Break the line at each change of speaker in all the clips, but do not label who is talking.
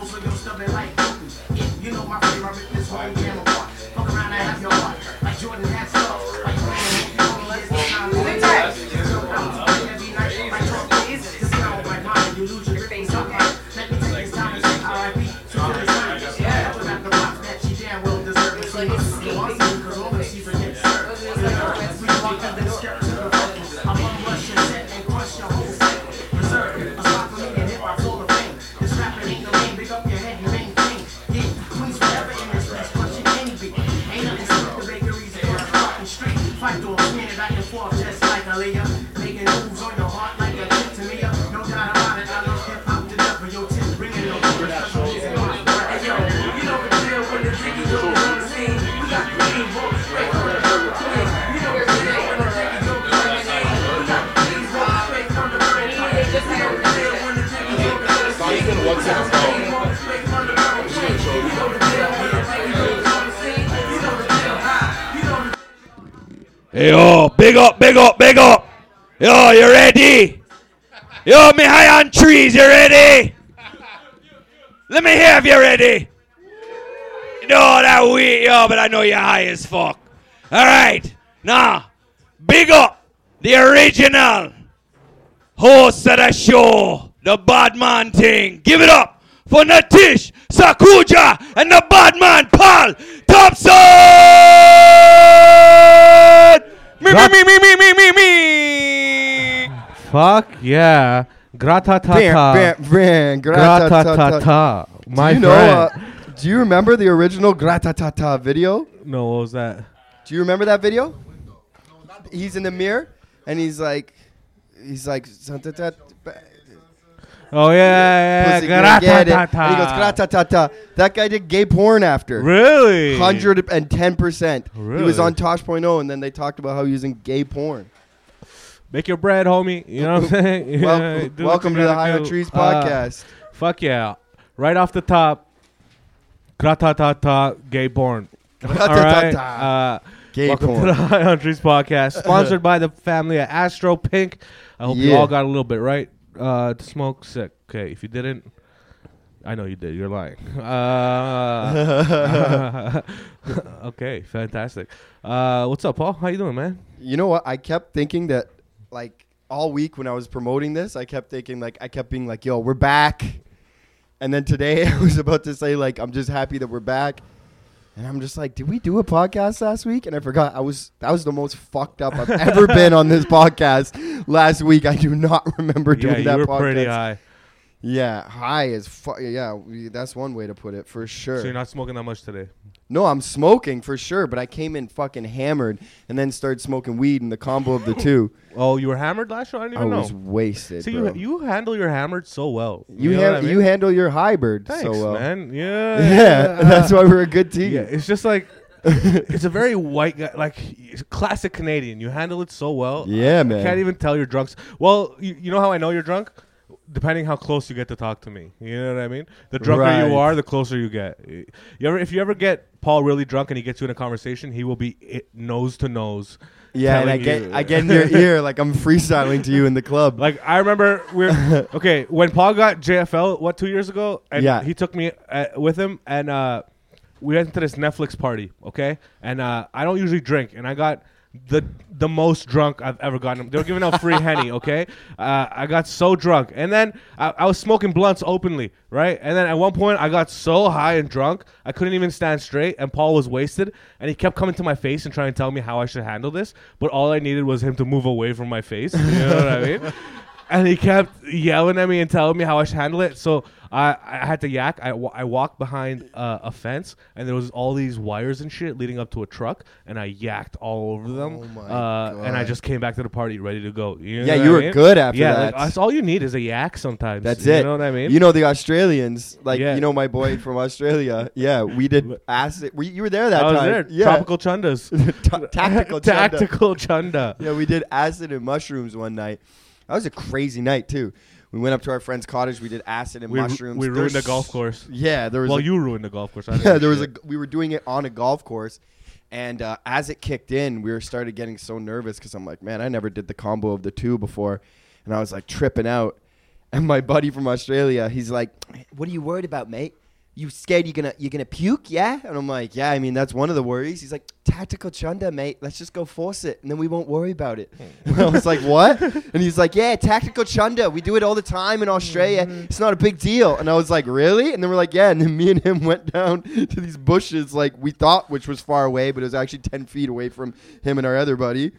living life. You know my favorite is whole damn apart. Fuck around and have your heart. Like Jordan has stuff. Like Jordan has stuff. You lose your face on that. Let me take this time and say R.I.P. to the time. Yeah. Put out the box that she damn well deserves. She must be lost because only she forgets her. We walk through the step to the front. I'm on rush your set and crush your whole set. Reserve a spot for me and hit my floor of fame. This rapping ain't no game. Big up your head and maintain. Yeah, queens forever in this bitch, but she can't be. Ain't nothing sweet the bakeries and the fucking street. Fight door, spin it back and forth just like a Aaliyah. Making moves on your heart like a tip to me. No doubt about it, I love hip hop to death, but your tip ringing no more. Hey, yo, you know the deal when the jiggy go on the scene. We got green books, straight from the dirt to me. You know the deal when the jiggy go on the scene. We got green books, straight from the dirt to me. You know the deal when the jiggy go on the scene.
Even what's in the phone.
Yo, big up, big up, big up. Yo, you ready? Yo, me high on trees, you ready? Let me hear if you're ready. No, that we, yo, but I know you're high as fuck. All right, now, big up the original host of the show, the Badman Thing. Give it up for Natish, Sakuja, and the Badman Paul Thompson. Me, me,
Rock-
me, me, me, me, me, me.
Fuck yeah. Gratatata.
Bam, bam, bam, gratatata.
Gratatata. My
Do you know?
friend.
Uh, do you remember the original gratatata video?
no, what was that?
Do you remember that video? He's in the mirror and he's like, he's like, "Santatat-
Oh, yeah, yeah,
pussy, gonna
yeah.
get it." And
Gratatata.
he goes gratatata. That guy did gay porn after.
Really?
Hundred and ten percent. He was
Really?
on Tosh.0, and then they talked about how he was in gay porn.
Make your bread, homie. You know what I'm saying?
Wel-
Yeah, do what you
welcome to the
gotta
High on
do.
Trees
Uh,
podcast.
Fuck yeah. Right off the top, gratatata gay born. All right. Uh,
Gay
welcome
porn.
to the High on Trees podcast, sponsored by the family at Astro Pink. I hope you
Yeah.
all got a little bit right uh, to smoke sick. Okay, if you didn't, I know you did. You're lying. Uh, okay, fantastic. Uh, what's up, Paul? How you doing, man?
You know what? I kept thinking that, like, all week when I was promoting this, I kept thinking, like, I kept being like, yo, we're back. And then today I was about to say, like, I'm just happy that we're back. And I'm just like, did we do a podcast last week? And I forgot. I was that was the most fucked up I've ever been on this podcast last week. I do not remember doing
yeah, you
that
were
podcast.
pretty uh, high.
Yeah, high as fuck. Yeah, we, that's one way to put it for sure.
So you're not smoking that much today.
No, I'm smoking for sure, but I came in fucking hammered and then started smoking weed and the combo of the two.
Oh, you were hammered last show. I didn't
I
even know.
was wasted.
See,
bro.
you you handle your hammered so well.
You,
know
han-
what I mean?
you handle your hybrid
Thanks,
so well.
man. Yeah,
Yeah, that's why we're a good team.
Yeah, it's just like it's a very white guy, like it's classic Canadian. You handle it so well.
Yeah,
I
man.
Can't even tell you're drunk. Well, you, you know how I know you're drunk. Depending how close you get to talk to me, you know what I mean. The drunker
Right.
you are, the closer you get. You ever, if you ever get Paul really drunk and he gets you in a conversation, he will be it, nose to nose.
Yeah, and I
telling
get
you-
I get in your ear like I'm freestyling to you in the club.
Like I remember we're okay when Paul got JFL what two years ago, and
Yeah.
he took me uh, with him, and uh, we went to this Netflix party, okay? And uh, I don't usually drink, and I got the the most drunk I've ever gotten. They were giving out free henny, okay? Uh, I got so drunk, and then I, I was smoking blunts openly, right? And then at one point I got so high and drunk I couldn't even stand straight, and Paul was wasted, and he kept coming to my face and trying to tell me how I should handle this, but all I needed was him to move away from my face. You know what I mean? and he kept yelling at me and telling me how I should handle it. So I, I had to yak. I, wa- I walked behind uh, a fence, and there was all these wires and shit leading up to a truck, and I yacked all over them.
Oh my
uh, And I
God.
just came back to the party ready to go. You know
Yeah,
what
you
I
were
mean?
good after
yeah,
that.
like, that's all you need is a yak sometimes.
That's
you
it.
You know what I mean?
You know the Australians, like
Yeah.
you know my boy from Australia. Yeah, we did acid. We, you were there that
I was
time.
there.
Yeah.
Tropical chundas.
Ta- tactical chunda.
Tactical chunda.
Yeah, we did acid and mushrooms one night. That was a crazy night too. We went up to our friend's cottage. We did acid and
We,
mushrooms.
we
There
ruined the
was-
golf course.
Yeah, there was.
Well,
a,
you ruined the golf course. I didn't
Yeah,
do
there was a.
shit.
We were doing it on a golf course, and uh, as it kicked in, we were started getting so nervous because I'm like, man, I never did the combo of the two before, and I was like tripping out. And my buddy from Australia, he's like, "What are you worried about, mate?" you scared you're gonna you're gonna puke, yeah? And I'm like, yeah. I mean, that's one of the worries. He's like, tactical chunda, mate. Let's just go force it, and then we won't worry about it. And I was like, what? And he's like, yeah, tactical chunda. We do it all the time in Australia. It's not a big deal. And I was like, really? And then we're like, yeah. And then me and him went down to these bushes, like we thought, which was far away, but it was actually ten feet away from him and our other buddy.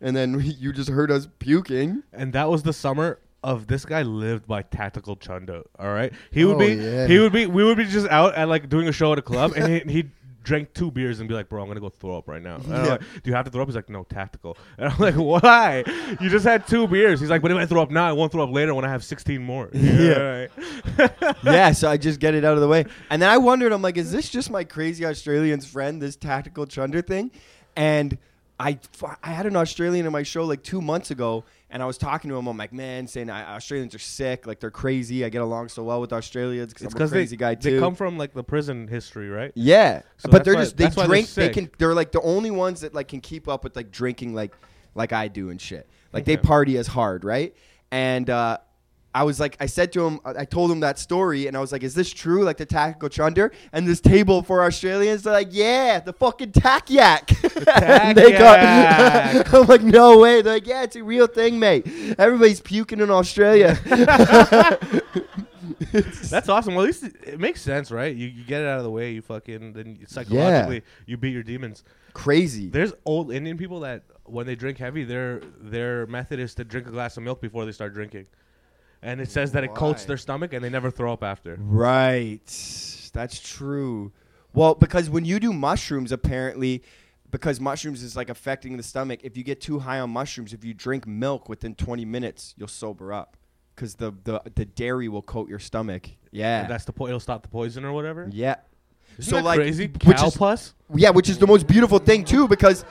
And then you just heard us puking.
and that was the summer of this guy lived by tactical chundo. All right, he would
Oh,
be
yeah.
he would be we would be just out at like doing a show at a club, and he, he'd drink two beers and be like, "Bro, I'm gonna go throw up right now." And I'm
Yeah.
like, Do you have to throw up? He's like, "No, tactical." And I'm like, "Why? You just had two beers." He's like, "But if I throw up now, I won't throw up later when I have 16 more." yeah.
yeah, so I just get it out of the way. And then I wondered, I'm like, is this just my crazy Australian's friend, this tactical chunder thing? And I, f- I had an Australian in my show like two months ago, and I was talking to him. I'm like, man, saying I, Australians are sick, like they're crazy. I get along so well with Australians because
It's
I'm a
because they,
crazy guy too.
they come from like the prison history, right?
Yeah,
So
but
that's
they're
why-
just they
that's why they're
drink. They
sick.
can. They're like the only ones that like can keep up with like drinking like like I do and shit. Like they party as hard, right? And uh, I was like, I said to him, I I told him that story, and I was like, "Is this true? Like the tactical chunder and this table for Australians?" They're like, "Yeah, the fucking tack yak." And they
yak.
got. I'm like, "No way!" They're like, "Yeah, it's a real thing, mate. Everybody's puking in Australia."
That's awesome. Well, at least it, it makes sense, right? You, you get it out of the way. You fucking then you- psychologically you beat your demons.
Crazy.
There's old Indian people that when they drink heavy, their their method is to drink a glass of milk before they start drinking, and it says that it coats
Why?
their stomach and they never throw up after.
Right. That's true. Well, because when you do mushrooms, apparently, because mushrooms is like affecting the stomach, if you get too high on mushrooms, if you drink milk within 20 minutes, you'll sober up because the, the, the dairy will coat your stomach. Yeah.
That's the po- it'll stop the poison or whatever.
yeah.
Isn't that crazy
which
cow
is-
pus.
yeah, which is the most beautiful thing too, because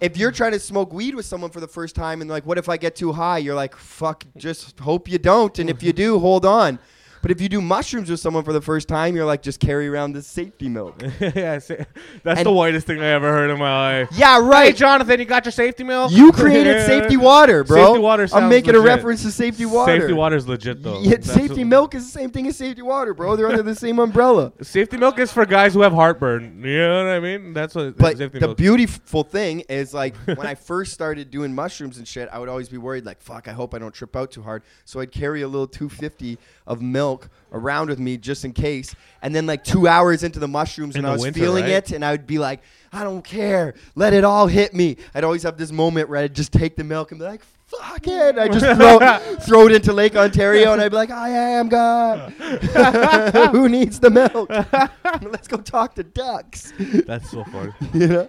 if you're trying to smoke weed with someone for the first time and like, what if I get too high? You're like, fuck, just hope you don't, and if you do, hold on. But if you do mushrooms with someone for the first time, you're like, just carry around this safety milk.
yeah, see, that's
And-
the whitest thing I ever heard in my life.
yeah,
Hey,
right.
Jonathan, you got your safety milk?
You created safety water, bro.
Safety water sounds
I'm making a
legit.
reference to safety water.
Safety water is legit though.
Yet
That's
safety
what-
milk is the same thing as safety water, bro. They're under the same umbrella.
Safety milk is for guys who have heartburn. You know what I mean? That's what
But
safety
the
milk.
beautiful thing is, like, when I first started doing mushrooms and shit, I would always be worried, like, fuck, I hope I don't trip out too hard. So I'd carry a little 250 of milk around with me just in case. And then, like, two hours into the mushrooms,
In
and
the
I was
winter,
feeling
right?
it, and I would be like, I don't care. Let it all hit me. I'd always have this moment where I'd just take the milk and be like, fuck it. I just throw, throw it into Lake Ontario, and I'd be like, I am God. Who needs the milk? Let's go talk to ducks.
That's so funny.
you know?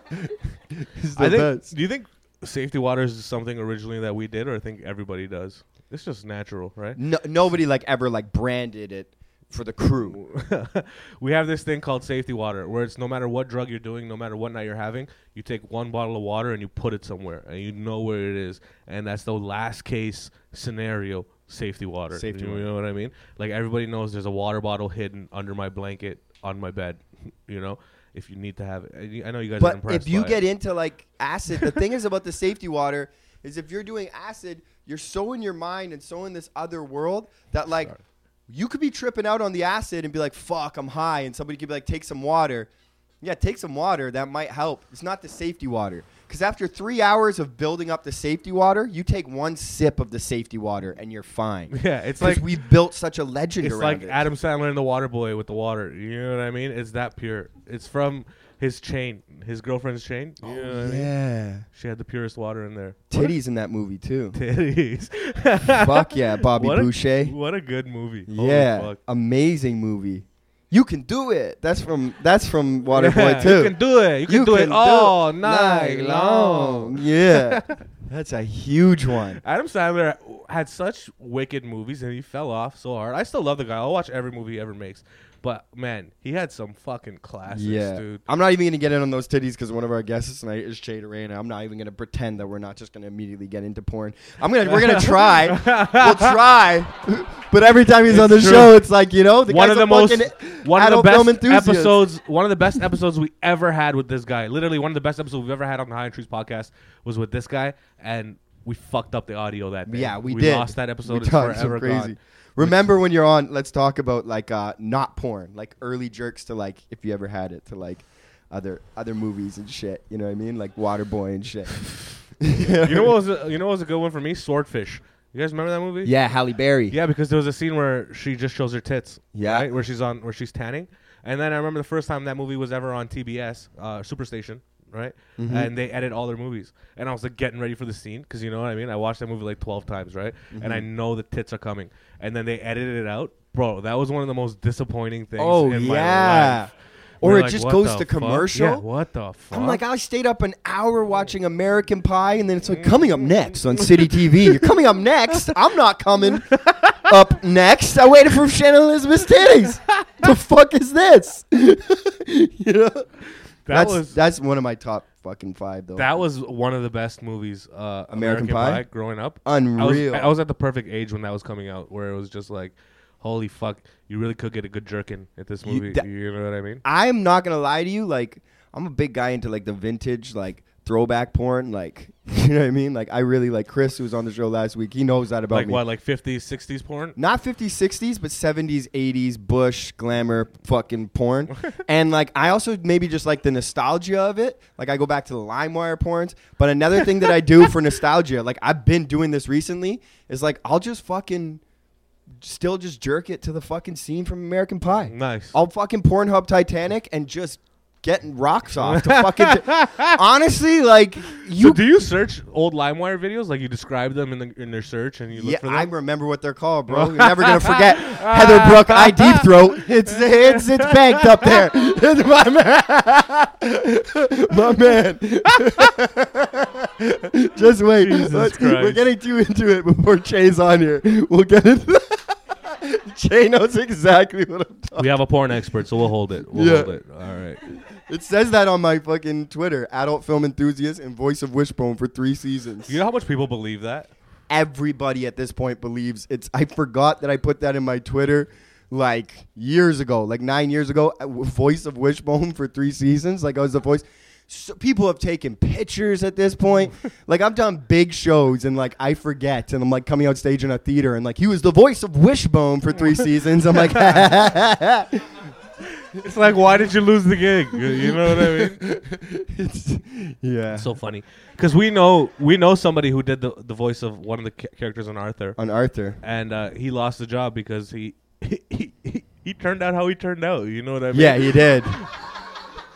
It's the
I think.
best.
Do you think safety water is something originally that we did, or I think everybody does? It's just natural, right?
No, nobody like ever like branded it for the crew.
we have this thing called safety water, where it's no matter what drug you're doing, no matter what night you're having, you take one bottle of water and you put it somewhere, and you know where it is, and that's the last case scenario safety water.
Safety
you
water.
know what I mean? Like everybody knows, there's a water bottle hidden under my blanket on my bed. You know, if you need to have it, And you- I know you guys. are
But
impressed
if you
by
get
it.
into like acid, the thing is about the safety water is if you're doing acid, you're so in your mind and so in this other world that like you could be tripping out on the acid and be like, "Fuck, I'm high," and somebody could be like, "Take some water." Yeah, take some water. That might help. It's not the safety water. Because after three hours of building up the safety water, you take one sip of the safety water and you're fine.
Yeah, it's
'Cause
like-
we've built such a legend
It's
around
like
it.
Adam Sandler in The Water Boy with the water. You know what I mean? It's that pure. It's from his chain, his girlfriend's chain. You know what I mean?
yeah.
She had the purest water in there.
Titties in that movie too.
Titties.
Fuck yeah, Bobby
what a,
Boucher.
What a good movie. Holy
Yeah,
fuck.
amazing movie. You can do it. That's from that's from Waterboy
Yeah,
too.
You can do it. You can do it all night long.
Yeah, that's a huge one.
Adam Sandler had such wicked movies and he fell off so hard. I still love the guy. I'll watch every movie he ever makes. But man, he had some fucking classics,
Yeah,
dude.
I'm not even gonna get in on those titties because one of our guests tonight is Jade Arena. I'm not even gonna pretend that we're not just gonna immediately get into porn. I'm gonna we're gonna try. we'll try. But every time he's on the
It's true.
show, it's like you know the
one
guy's
of the
a
most
fucking
one of the
adult film
best
enthusiast.
episodes one of the best episodes we ever had with this guy literally one of the best episodes we've ever had on the high and trees podcast was with this guy and we fucked up the audio that day
Yeah, we did.
lost that episode
We
it's
done, so
forever
crazy.
gone
Remember when you're on? Let's talk about like uh, not porn, like early jerks to like if you ever had it to like other other movies and shit. You know what I mean? Like Waterboy and shit.
You know what was a, you know what was a good one for me? Swordfish. You guys remember that movie?
Yeah, Halle Berry.
Yeah, because there was a scene where she just shows her tits.
Yeah.
right? where she's on where she's tanning, and then I remember the first time that movie was ever on TBS, uh, Superstation, right?
Mm-hmm.
And they edit all their movies, and I was like getting ready for the scene because you know what I mean. I watched that movie like twelve times, right? And I
Mm-hmm.
know the tits are coming, and then they edited it out, bro. That was one of the most disappointing things.
Oh,
in my
yeah.
life.
Or
We're
it
like,
just
"What
goes
the
to
fuck?" Yeah,
commercial.
what the fuck?
I'm like, I stayed up an hour watching American Pie, and then it's
Mm-hmm.
like coming up next on City TV. You're coming up next. I'm not coming up next. I waited for Shannon Elizabeth's titties. the fuck is this? you know?
that
that's
was
that's one of my top fucking five though.
That was one of the best movies, uh, American,
American
Pie?
Pie?
growing up.
Unreal.
I was, I was at the perfect age when that was coming out, where it was just like, holy fuck, you really could get a good jerkin at this
You-
movie. You,
that-
know what I mean?
I'm not gonna lie to you. Like, I'm a big guy into like the vintage, like throwback porn. Like, you know what I mean? Like, I really like Chris, who was on the show last week. He knows that about
Like
me.
what, like 50s, 60s porn?
not 50s 60s but 70s 80s bush glamour fucking porn and like i also maybe just like the nostalgia of it like i go back to the limewire porns but another thing that i do for nostalgia like i've been doing this recently is like i'll just fucking still just jerk it to the fucking scene from american pie
Nice.
i'll fucking pornhub titanic and just getting rocks off to fucking honestly like you
So do you search old LimeWire videos? Like you describe them in the in their search and you look
Yeah,
for them?
I remember what they're called, bro. You're never gonna forget Heather Brook I deep throat. It's it's it's banked up there. It's my man, my man. Just wait.
Jesus
Let's- We're
Christ.
getting too into it before Jay's on here. We'll get into. Jay knows exactly what I'm talking.
we have a porn expert, so we'll hold it. We'll
Yeah.
hold it. All right.
It says that on my fucking Twitter. Adult film enthusiast and voice of Wishbone for three seasons.
You know how much people believe that?
everybody at this point believes it's i forgot that i put that in my twitter like years ago like nine years ago I w- voice of wishbone for three seasons like i was the voice so people have taken pictures at this point like i've done big shows and like i forget and i'm like coming out stage in a theater and like he was the voice of wishbone for three seasons i'm like
It's like, why did you lose the gig? You know what I mean?
it's, yeah
so funny because we know we know somebody who did the, the voice of one of the ca- characters on Arthur,
on arthur
and uh, he lost the job because he he, he he turned out how he turned out. You know what I mean?
yeah he did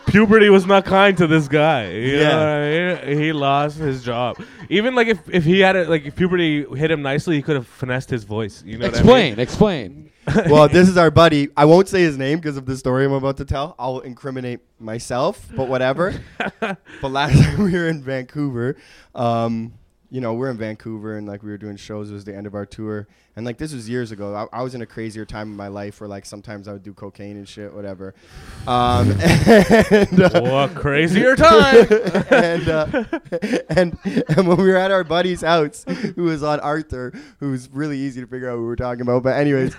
puberty was not kind to this guy. You
Yeah.
know what I mean? He lost his job. Even like if, if he had it like if puberty hit him nicely, he could have finessed his voice. You know what I mean?
Explain, explain.
well, this is our buddy. I won't say his name because of the story I'm about to tell. I'll incriminate myself, but whatever. but last time we were in Vancouver, um, you know, we're in Vancouver and like we were doing shows. It was the end of our tour, and like this was years ago. I, I was in a crazier time of my life where like sometimes I would do cocaine and shit, whatever. Um, and, uh,
What crazier time?
and, uh, and and when we were at our buddy's house, who was on Arthur, who was really easy to figure out who we were talking about. But anyways,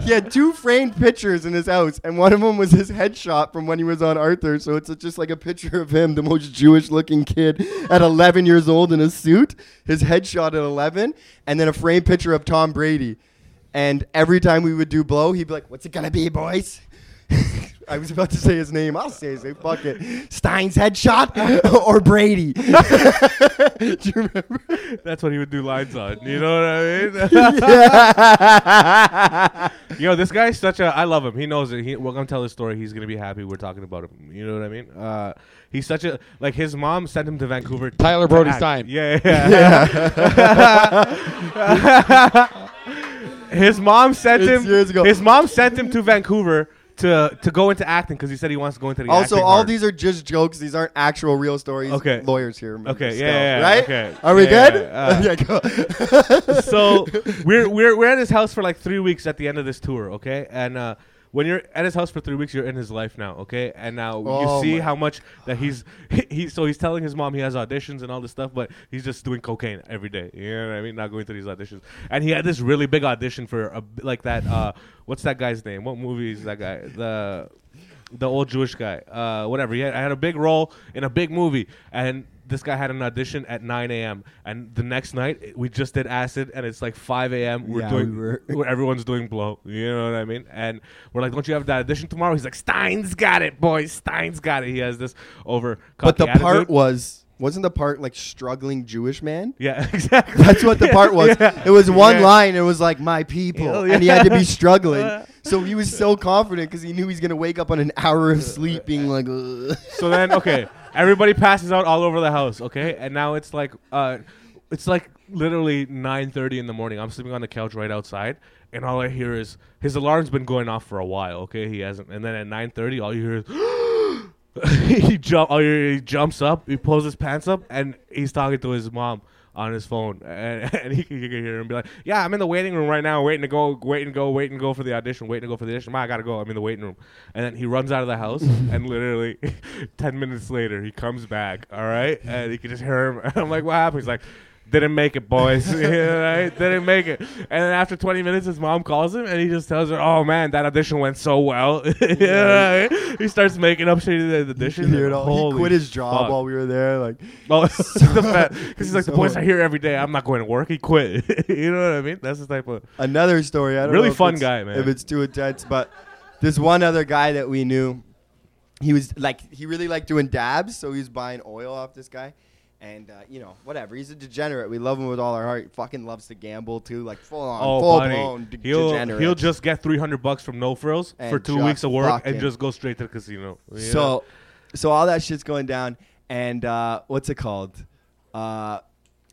he had two framed pictures in his house, and one of them was his headshot from when he was on Arthur. So it's just like a picture of him, the most Jewish-looking kid at 11 years old in a suit, his headshot at 11, and then a framed picture of Tom Brady. And every time we would do blow, he'd be like, "What's it gonna be, boys?" I was about to say his name. I'll say his name. Fuck it. Stein's headshot or Brady. Do you remember?
That's what he would do lines on. You know what I mean? Yo, this guy's such a. I love him. He knows it. He, well, I'm gonna tell his story. He's gonna be happy. We're talking about him. You know what I mean? Uh, he's such a like. His mom sent him to Vancouver.
Tyler
to
Brody
act.
Stein.
Yeah, yeah. his mom sent
It's
him
years ago.
His mom sent him to Vancouver to to go into acting because he said he wants to go into the
Also,
acting
all
part.
these are just jokes. These aren't actual real stories.
Okay.
Lawyers here. remember
Okay, yeah,
still,
yeah, yeah,
Right?
okay.
Are we
Yeah,
good?
yeah, Uh,
yeah, go.
so we're we're we're at his house for like three weeks at the end of this tour, okay? And uh, when you're at his house for three weeks, you're in his life now, okay? And now
Oh
you see
my
how much that he's he, he- so he's telling his mom he has auditions and all this stuff, but he's just doing cocaine every day. You know what I mean? Not going to these auditions. And he had this really big audition for a, like that. Uh, what's that guy's name? What movie is that guy? The the old Jewish guy, uh, whatever. He had, I had a big role in a big movie, and this guy had an audition at 9 a.m. And the next night, it- we just did acid, and it's like 5 a.m. We're
Yeah,
doing
we were-
where everyone's doing blow. You know what I mean? And we're like, don't you have that audition tomorrow? He's like, Stein's got it, boys. Stein's got it. He has this over.
But the
cocky
part
attitude.
was wasn't the part like struggling Jewish man?
yeah, exactly.
That's what the part was.
Yeah.
It was one
Yeah.
line. It was like my people,
Hell
and he had to be struggling.
yeah. Uh.
So he was so confident because he knew he's gonna wake up on an hour of sleep, being like, "Ugh."
So then, okay, everybody passes out all over the house, okay? And now it's like, uh, it's like literally 9.30 in the morning. I'm sleeping on the couch right outside, and all I hear is, his alarm's been going off for a while, okay? He hasn't, and then at 9.30, all you hear is, he, jump, all you hear- he jumps up, he pulls his pants up, and he's talking to his mom on his phone and, and he, you can hear him be like yeah i'm in the waiting room right now waiting to go waiting to go waiting to go for the audition waiting to go for the audition Ma, i gotta go i'm in the waiting room and then he runs out of the house and literally 10 minutes later he comes back all right and you can just hear him i'm like what happened he's like didn't make it, boys. You know, right? Didn't make it. And then after 20 minutes, his mom calls him and he just tells her, "Oh man, that audition went so well." You know, right? He starts making up shit in the
He
audition.
hear it
and
all. He
holy
quit his job
fuck.
while we were there. Like,
Oh, it's the fact because he's like the
So-
boys I hear every day. I'm not going to work. He quit. you know what I mean? That's the type of
another story. I don't
Really
know if
fun
it's-
guy, man.
If it's too intense, but this one other guy that we knew, he was like he really liked doing dabs, so he was buying oil off this guy, and uh, you know whatever. He's a degenerate. We love him with all our heart. He fucking loves to gamble too, like full on,
oh,
full
buddy.
blown de-
he'll
degenerate.
he'll just get 300 bucks from No Frills
And
for two
just
weeks of work and
fucking-
just go straight to the casino. You know?
So, so all that shit's going down, and uh, what's it called? Uh,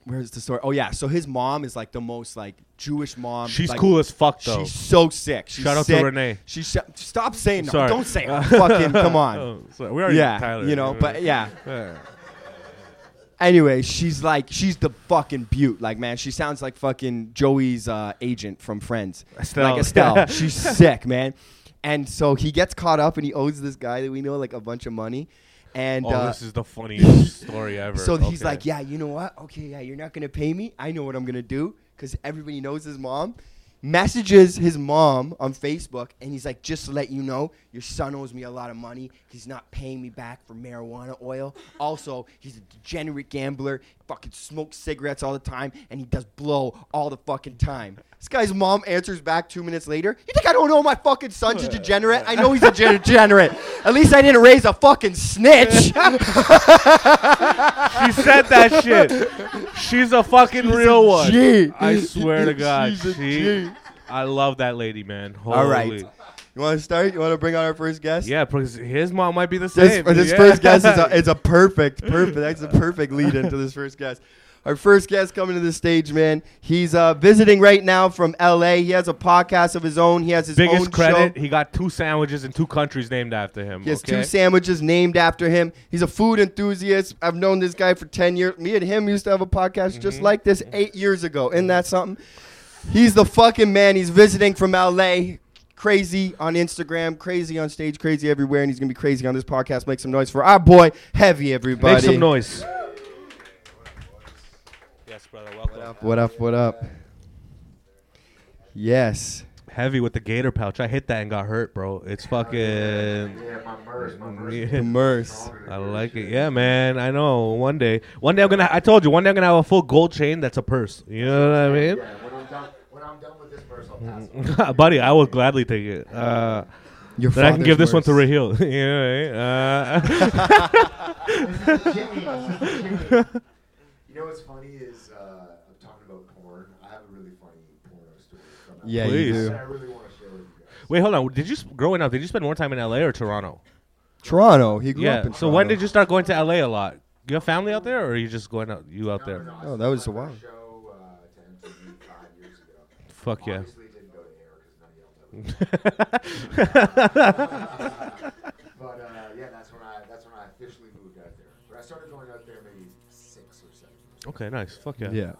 where's the story? Oh yeah, so his mom is like the most like Jewish mom.
she's
um, like,
cool as fuck though.
She's so sick. She's
Shout out to
sick.
Renee.
She sh- stop saying no.
Sorry.
Don't say her. fucking come on.
Oh, sorry. we already
Yeah,
Tyler,
you know,
what I
but
mean?
yeah.
Yeah.
Anyway, she's like, she's the fucking butte. Like, man, she sounds like fucking Joey's uh, agent from Friends.
Estelle.
Like Estelle. she's sick, man. And so he gets caught up, and he owes this guy that we know like a bunch of money. And
Oh,
uh,
this is the funniest story ever.
So he's
Okay.
like, yeah, you know what? Okay, yeah, you're not gonna pay me. I know what I'm gonna do because everybody knows his mom. Messages his mom on Facebook, and he's like, just to let you know, your son owes me a lot of money. He's not paying me back for marijuana oil. Also, he's a degenerate gambler. Fucking smokes cigarettes all the time, and he does blow all the fucking time. This guy's mom answers back two minutes later. You think I don't know my fucking son's a degenerate? I know he's a gen- degenerate. At least I didn't raise a fucking snitch.
she said that shit. She's a fucking real one.
G.
I swear to God,
She's a
she.
G.
I love that lady, man. Holy.
All right. You want to start? You want to bring on our first guest?
Yeah, because his mom might be the same.
This, this
Yeah.
first guest is a, is a perfect, perfect. That's a perfect lead into this first guest. Our first guest coming to the stage, man. He's uh, visiting right now from LA. He has a podcast of his own. He has his own
biggest credit.
show.
He got two sandwiches in two countries named after him.
He has
okay?
two sandwiches named after him. He's a food enthusiast. I've known this guy for 10 years. Me and him used to have a podcast
Mm-hmm.
just like this eight years ago. Isn't that something? He's the fucking man. He's visiting from LA. Crazy on Instagram, crazy on stage, crazy everywhere, and he's gonna be crazy on this podcast. Make some noise for our boy, Heavy, everybody.
Make some noise. Yes, brother. Welcome.
What up? What up? Yes.
Heavy with the gator pouch. I hit that and got hurt, bro. It's fucking.
Yeah, my merch, my merch.
Immerse.
I like it. Yeah, man. I know. One day, one day I'm gonna. I told you. One day I'm gonna have a full gold chain that's a purse. You know what I mean?
Yeah, when I'm done, when I'm done with this verse, I'll pass it.
Buddy, I will gladly take it. Uh,
Your
then I can
father's
give this one to
merce.
Raheel. you know, right? uh,
Jimmy, Jimmy. You know what's funny is uh, I'm talking about porn. I have a really funny porno story. From
Yeah,
LA.
you
Please.
do.
That I really want to share with you guys.
wait, hold on. Did you s- growing up? Did you spend more time in L.A. or Toronto?
Toronto. He grew
yeah.
up in Toronto.
So when did you start going to LA a lot? You have family out there, or are you just going out? You out there?
I
Oh, that
saw
was
my
a
first
while.
Show uh, to MTV five years ago.
Fuck yeah.
Obviously, it didn't go to air because none of y'all know. But uh, yeah, that's when I that's when I officially moved out there. But I started going out there maybe six or seven. years ago.
okay, nice. Fuck yeah.
Yeah.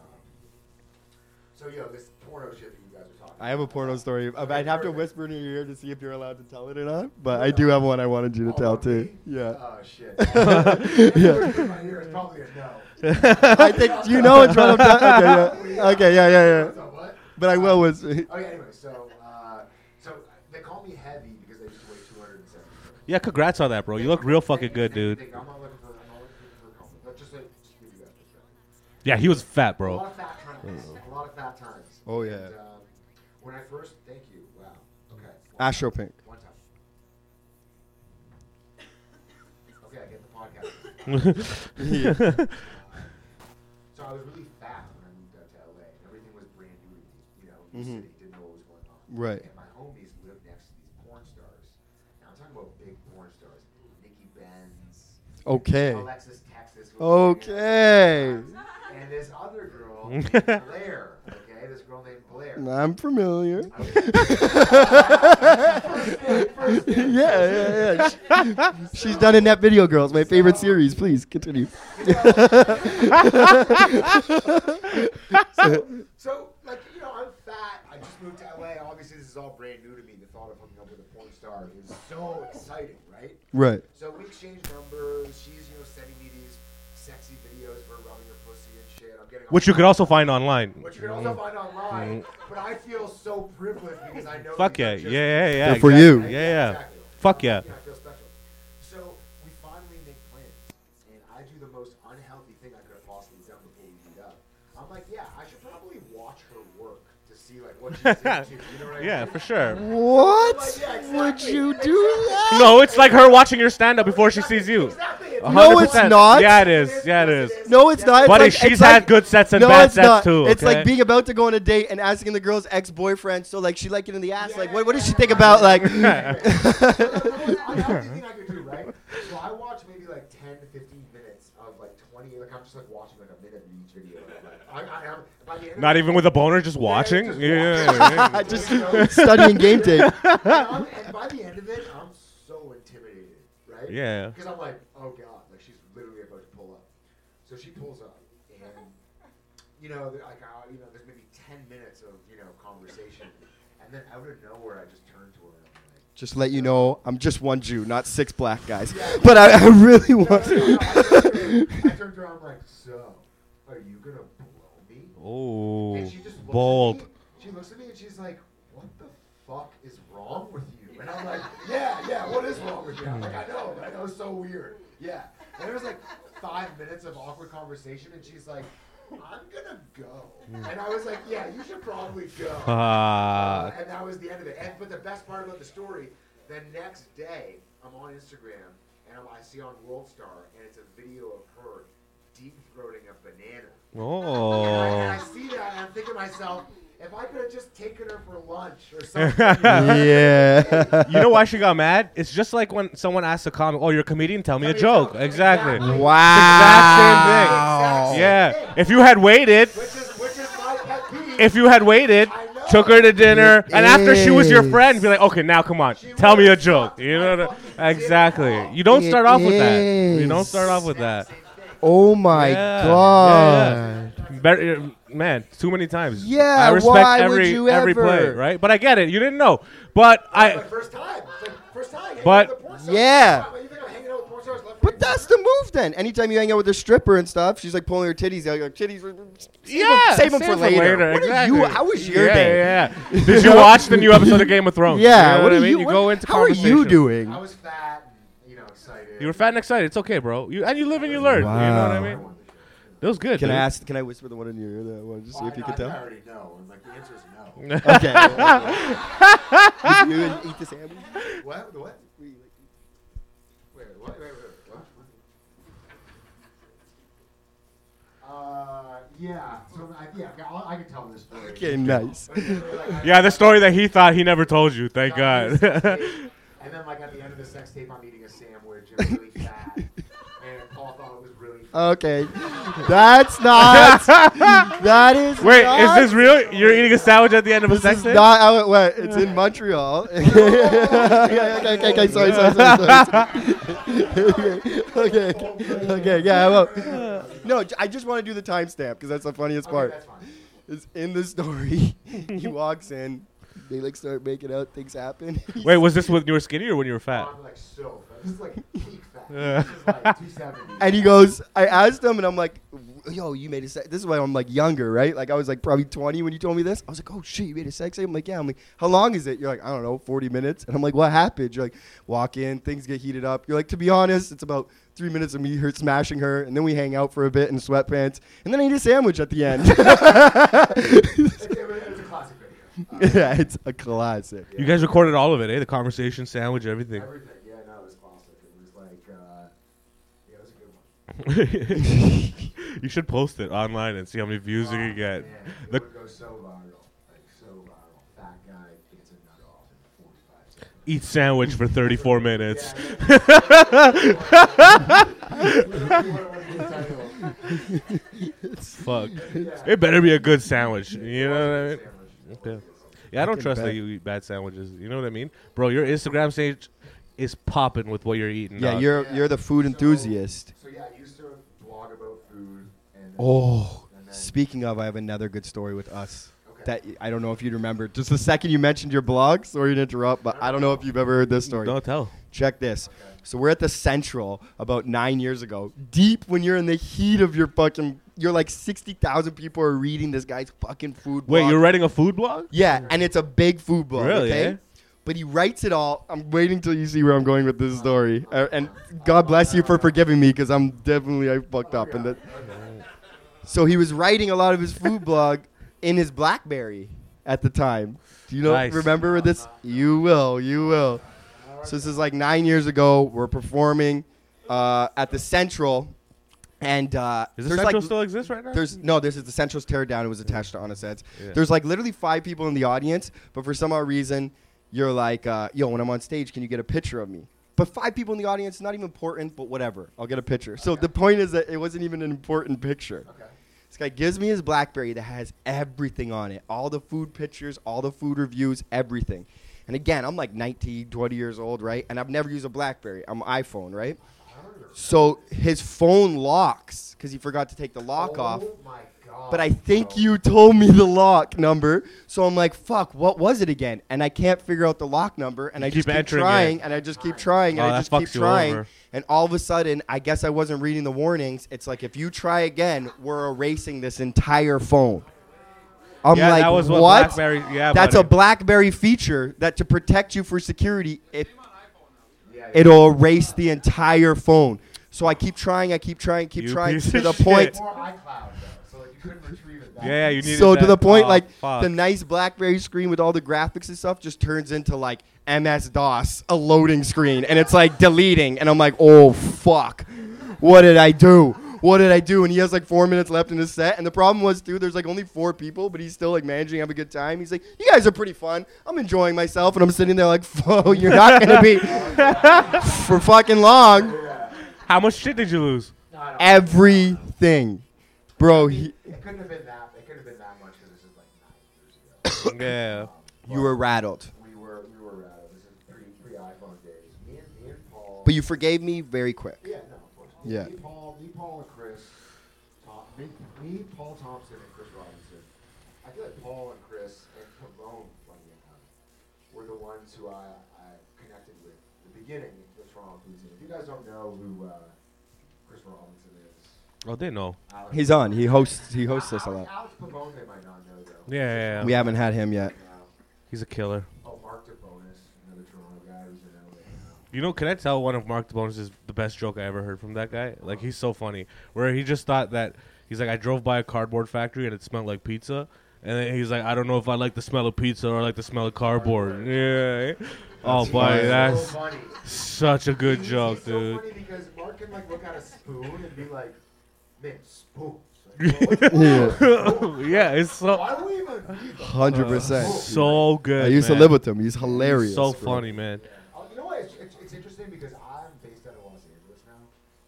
So yo, this porno shit that you guys are talking.
I have a porno story. I- I'd have to whisper in your ear to see if you're allowed to tell it or not. But I do have one I wanted you to
about.
tell
Oh,
too.
me?
Yeah.
Uh,
Oh shit. yeah. My ear is probably a no.
I think you know which one I'm talking. Okay, yeah. Okay, yeah, yeah, yeah.
So what?
Oh,
But I will whisper.
Okay, anyway, so uh, so they call me heavy because they
Yeah, congrats on that, bro. You look real fucking good, dude.
I'm not looking for. I'm not looking for a compliment. Let's just say, just give you that.
Yeah, he was fat,
A lot
bro.
of fat times.
Oh,
A lot of fat times.
Oh,
And,
yeah.
um, when I first, thank you. Wow. Okay. One,
Astro Pink.
one time. Okay, I get the podcast. So I was really fat when I moved out to LA. and Everything was brand new to me. You know, new city, didn't know what was going on.
Mm-hmm. Right.
And my homies lived next to these porn stars. Now I'm talking about big porn stars, Nikki Benz,
Okay.
Alexis Texas. was
Okay.
big. And this other girl, named Blair. Okay, this girl named Blair.
I'm familiar.
First
yeah, yeah, yeah. She's done in that video, girls. My favorite series. Please continue.
So, like, you know, I'm fat. I just moved to LA. Obviously, this is all brand new to me. The thought of hooking up with a porn star is so exciting, right?
Right.
So we exchange numbers. She's, you know, sending me these sexy videos of her rubbing her pussy and shit. I'm getting all-
Which you could Mm-hmm. also find online.
which you can also find online. But I feel so privileged because I know.
Fuck
these
yeah,
are
yeah,
just-
yeah, yeah.
Good for
exactly.
you.
I-
Yeah, yeah.
Exactly.
Fuck yeah.
Yeah, I feel special. So we finally make plans, and I do the most unhealthy thing I could have possibly done before we meet up. I'm like, yeah, I should probably watch her work to see like what she's into. You know what I
Yeah,
mean?
for sure.
What would you do that?
No, it's like her watching your stand up before she sees you.
Exactly.
A
No,
hundred
it's
percent.
not.
Yeah, it is. Yeah, it is.
No, it's not. It's
Buddy,
like-
she's
it's like-
had good sets and
no,
bad
it's
sets
not.
too.
It's
okay?
like being about to go on a date and asking the girl's ex boyfriend. So like, she like it in the ass.
Yeah,
like,
yeah,
what, what does
yeah,
she think
yeah.
about like?
Everything I could do, right? So I watch maybe like 10 to 15 minutes of like 20. Like I'm just like watching like a minute of each video. Like, I, I, I'm, by the end of
Not
it,
even with a boner, just watching.
just
Yeah,
watching.
yeah, yeah.
just studying game tape.
and, I'm, and by the end of it, I'm so intimidated, right?
Yeah.
Because I'm like, oh god, like she's literally about to pull up. So she pulls up, and you know, th- like uh, you know, there's maybe ten minutes of you know conversation, and then out of nowhere, I just turn to her and I'm like.
Just let you know, I'm just one Jew, not six black guys. But I, I really want.
No, no, no, I turned to her- I turned to her. I'm like, so, are you gonna blow me?
Oh,
And she just looks At
bold.
me, she looks at me and she's like, "What the fuck is wrong with you?" And I'm like, "Yeah, yeah. What is wrong with you?" I'm like, "I know, but I know it's so weird." Yeah. And it was like five minutes of awkward conversation, and she's like, "I'm gonna go," and I was like, "Yeah, you should probably go." Uh,
Hmm. Fuck.
and that was the end of it. And, but the best part about the story, the next day, I'm on Instagram and I'm, I see on World Star, and it's a video of her deep throating a banana. And I, and I
Oh.
see that, and I'm thinking to myself, if I could have just taken her for lunch or something.
Yeah.
You know why she got mad? It's just like when someone asks a comic, "Oh, you're a comedian. Tell me a joke." Exactly.
Wow.
Yeah. If you had waited,
Which is which is my pet peeve.
if you had waited, took her to dinner, and after she was your friend, be like, "Okay, now come on, tell me a joke." You know what I- exactly. You don't start off with that. You don't start off with that.
Oh my
Yeah.
god.
Yeah, yeah. Better, man, too many times.
Yeah,
I respect
why
every
would you
every play,
ever?
right? But I get it. You didn't know, but I.
my first time, It's like, first time. hanging
But-
out with the porn stars.
Yeah.
Wow, you think I'm hanging out with porn stars left,
But
right,
that's the move then. Anytime you hang out with a stripper and stuff, she's like pulling her titties out. Your titties. Save
yeah,
them, save 'em for later. What are
exactly.
you? How was your
yeah,
day?
Yeah, yeah. Did you watch the new episode of Game of Thrones?
Yeah.
Oh, You know
what
I
are
mean?
you?
You
what-
go into
how are you
conversation.
doing?
I was fat and you know excited.
You were fat and excited. It's okay, bro. You and you live and you learn. You know what I mean? That was good.
Can I
dude.
ask? Can I whisper the one in your ear? That one, just see
I,
if you
I,
can
I
tell.
already know, and like the answer is no.
Okay. Would you even eat the sandwich?
what? The what? Wait, what? Wait, wait, wait, what? Uh, yeah. So I, yeah, I, I can tell this story.
Okay, nice.
Yeah, the story that he thought he never told you. Thank God.
and then, like, at the end of the sex tape, I'm eating a sandwich and I'm really fat. and Paul thought it was really fat.
Okay, that's not. That is.
Wait, is
not-
this real? You're eating a sandwich at the end of a sex
This is
tape?
not how it went. It's in Montreal. okay, okay, okay, okay, sorry, sorry, sorry, sorry. okay, okay, okay, yeah, I won't. No, j- I just want to do the timestamp because that's the funniest
Okay,
part.
that's fine.
It's in the story. he walks in. They like start making out. Things happen.
Wait, was this when you were skinny or when you were fat?
I'm like so fat. This is like peak fat.
Yeah.
This is like 270.
And he goes, I asked him, and I'm like, yo, you made a sex. This is why I'm like younger, right? Like I was like probably 20 when you told me this. I was like, oh shit, you made a sex tape. I'm like, yeah. I'm like, how long is it? You're like, I don't know, 40 minutes. And I'm like, what happened? You're like, walk in, things get heated up. You're like, to be honest, it's about three minutes of me her smashing her, and then we hang out for a bit in sweatpants, and then I eat a sandwich at the end.
It, was- it was a classic video.
yeah, it's a classic.
You guys recorded all of it, eh? The conversation, sandwich, everything.
Everything. Yeah, no, it was classic. It was like, uh, yeah, it was a good one.
you should post it online and see how many views you
Oh,
can get.
man, it
The
would go so viral, like so viral. Fat guy gets a nut off in 45 seconds.
eat sandwich for 34 minutes. Fuck. It better be a good sandwich. You know what I mean? Yeah. Yeah, I don't trust that
bet.
you eat bad sandwiches. You know what I mean, bro? Your Instagram page is popping with what you're eating.
Yeah,
dog.
you're
Yeah.
you're the food enthusiast.
So yeah, I used to blog about food and
Oh,
And then-
speaking of, I have another good story with us.
Okay.
That I don't know if you'd remember. Just the second you mentioned your blog, sorry to interrupt, but I don't know if you've ever heard this story.
Don't tell.
Check this. So we're at the Central about nine years ago. Deep when you're in the heat of your fucking, you're like sixty thousand people are reading this guy's fucking food.
Wait,
blog.
you're writing a food blog?
Yeah, and it's a big food blog.
Really,
Okay?
eh?
But he writes it all. I'm waiting till you see where I'm going with this story. Uh, and God bless you for forgiving me because I'm definitely I fucked up. And that. So he was writing a lot of his food blog in his BlackBerry at the time. Do you know?
Nice.
Remember where this? You will. You will. So this is like nine years ago. We're performing uh, at the Central, and uh,
Is the
there's
Central
like
still exist right now?
there's no, this is the Central's teardown. It was attached to Honest Ed's.
Yeah.
There's like literally five people in the audience, but for some odd reason, you're like, uh, yo, when I'm on stage, can you get a picture of me? But five people in the audience, not even important, but whatever. I'll get a picture. So the point is that it wasn't even an important picture. This guy gives me his Blackberry that has everything on it all the food pictures, all the food reviews, everything. And again, I'm like 19, 20 years old, right? And I've never used a Blackberry. I'm iPhone, right? So his phone locks because he forgot to take the lock off
Oh my god.
but I think you told me the lock number. So I'm like, fuck, what was it again? And I can't figure out the lock number. And I
You
just
keep
keep
entering
trying,
it.
and I just keep trying,
Oh,
and
that
I just
fucks
keep
you
trying.
over.
And all of a sudden, I guess I wasn't reading the warnings. It's like, if you try again, we're erasing this entire phone. I'm
yeah,
like,
that was what,
what?
BlackBerry. Yeah,
That's
buddy.
a BlackBerry feature that to protect you for security, it
Yeah, yeah.
it'll erase the entire phone. So I keep trying, I keep trying, keep
You
trying
piece
to
of
the
shit.
point.
More iCloud though, so like you couldn't retrieve it. Back.
yeah, yeah, you need
so to the point,
oh,
like
fuck.
the nice BlackBerry screen with all the graphics and stuff just turns into like MS DOS, a loading screen, and it's like deleting, and I'm like, oh fuck, what did I do? What did I do? And he has like four minutes left in his set. And the problem was, too, there's like only four people, but he's still like managing, have a good time. He's like, you guys are pretty fun. I'm enjoying myself. And I'm sitting there like, "Whoa, you're not going to be for fucking long.
how much shit did you lose?
No, I don't-
Everything. Bro, he,
it couldn't have been that. It couldn't have been that much because this is like nine years ago.
yeah.
you were rattled.
We were we were rattled. This is pre pre iPhone days. Me and me and Paul.
But you forgave me very quick.
yeah, no, of course. Me-
Yeah.
Me, Paul, me, Paul, and Chris. Tom, me, me, Paul Thompson, and Chris Robinson. I feel like Paul and Chris and Pavone, funny enough, were the ones who I, I connected with at the beginning of the Toronto food scene. If you guys don't know who uh, Chris Robinson is,
Oh, they know.
Alex,
He's on. He hosts. He hosts us a
Alex,
lot.
Alex Pavone, they might not know though.
Yeah, yeah, yeah.
We haven't had him yet.
Uh,
He's a killer.
oh, Mark DeBonis, another Toronto guy who's in LA now.
You know, can I tell one of Mark DeBonis is the best joke I ever heard from that guy? Like he's so funny. Where he just thought that he's like, I drove by a cardboard factory and it smelled like pizza, and then he's like, I don't know if I like the smell of pizza or I like the smell of cardboard. Yeah. oh, boy,
funny.
that's
so funny.
such a good
He's-
joke,
he's
dude.
So funny because Mark can like look at a spoon and be like, "Man, spoons." Like, well, what's-
yeah, it's so
Why do we even read them?
Hundred percent.
so good.
I used
man.
to live with him. He's hilarious.
So
bro.
funny, man.
Uh, You know what? It's, it's, it's interesting because I'm based out of Los Angeles now.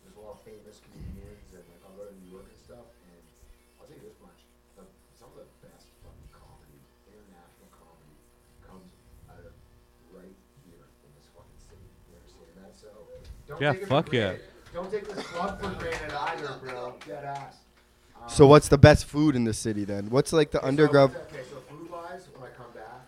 There's a lot of famous comedians and like I'll go to New York and stuff. And I'll tell you this much: the, some of the best fucking comedy, international comedy, comes out of right here in this fucking city. You understand that? So don't
Yeah,
take it for
fuck yeah.
granted. Don't take this club for granted either, bro. Dead ass.
So what's the best food in the city then? What's like the
Okay, so
underground?
I went to- okay, so food wise, when I come back,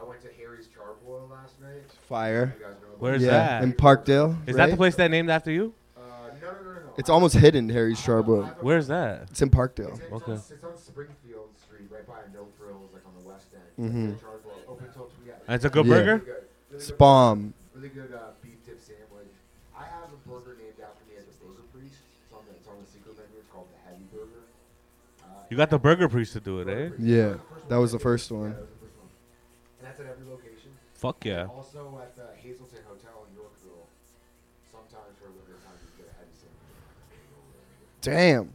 I went to Harry's Charboil last night.
Fire.
You guys know about
Where's
Yeah,
that?
in Parkdale.
Is that
right?
the place that named after you?
Uh, no, no, no, no, no.
It's almost hidden, Harry's Charbroil.
Where's that?
It's in Parkdale.
It's
Okay.
On, it's on Springfield Street, right by No Frills, like on the west end. Mm-hmm. Open till two. Yeah.
It's a good
Yeah.
burger.
Really good. Really
It's
good,
bomb.
really good uh, beef dip sandwich. I have a burger named after me as a burger priest. It's on the, it's on the secret menu. It's called the Heavy Burger.
You got the burger priest to do it, eh?
Yeah, that was the first one.
That was the first one. And that's at every location.
Fuck yeah.
Also at the Hazelton Hotel in Yorkville. Sometimes for a limited time you get a heavy sandwich.
Damn.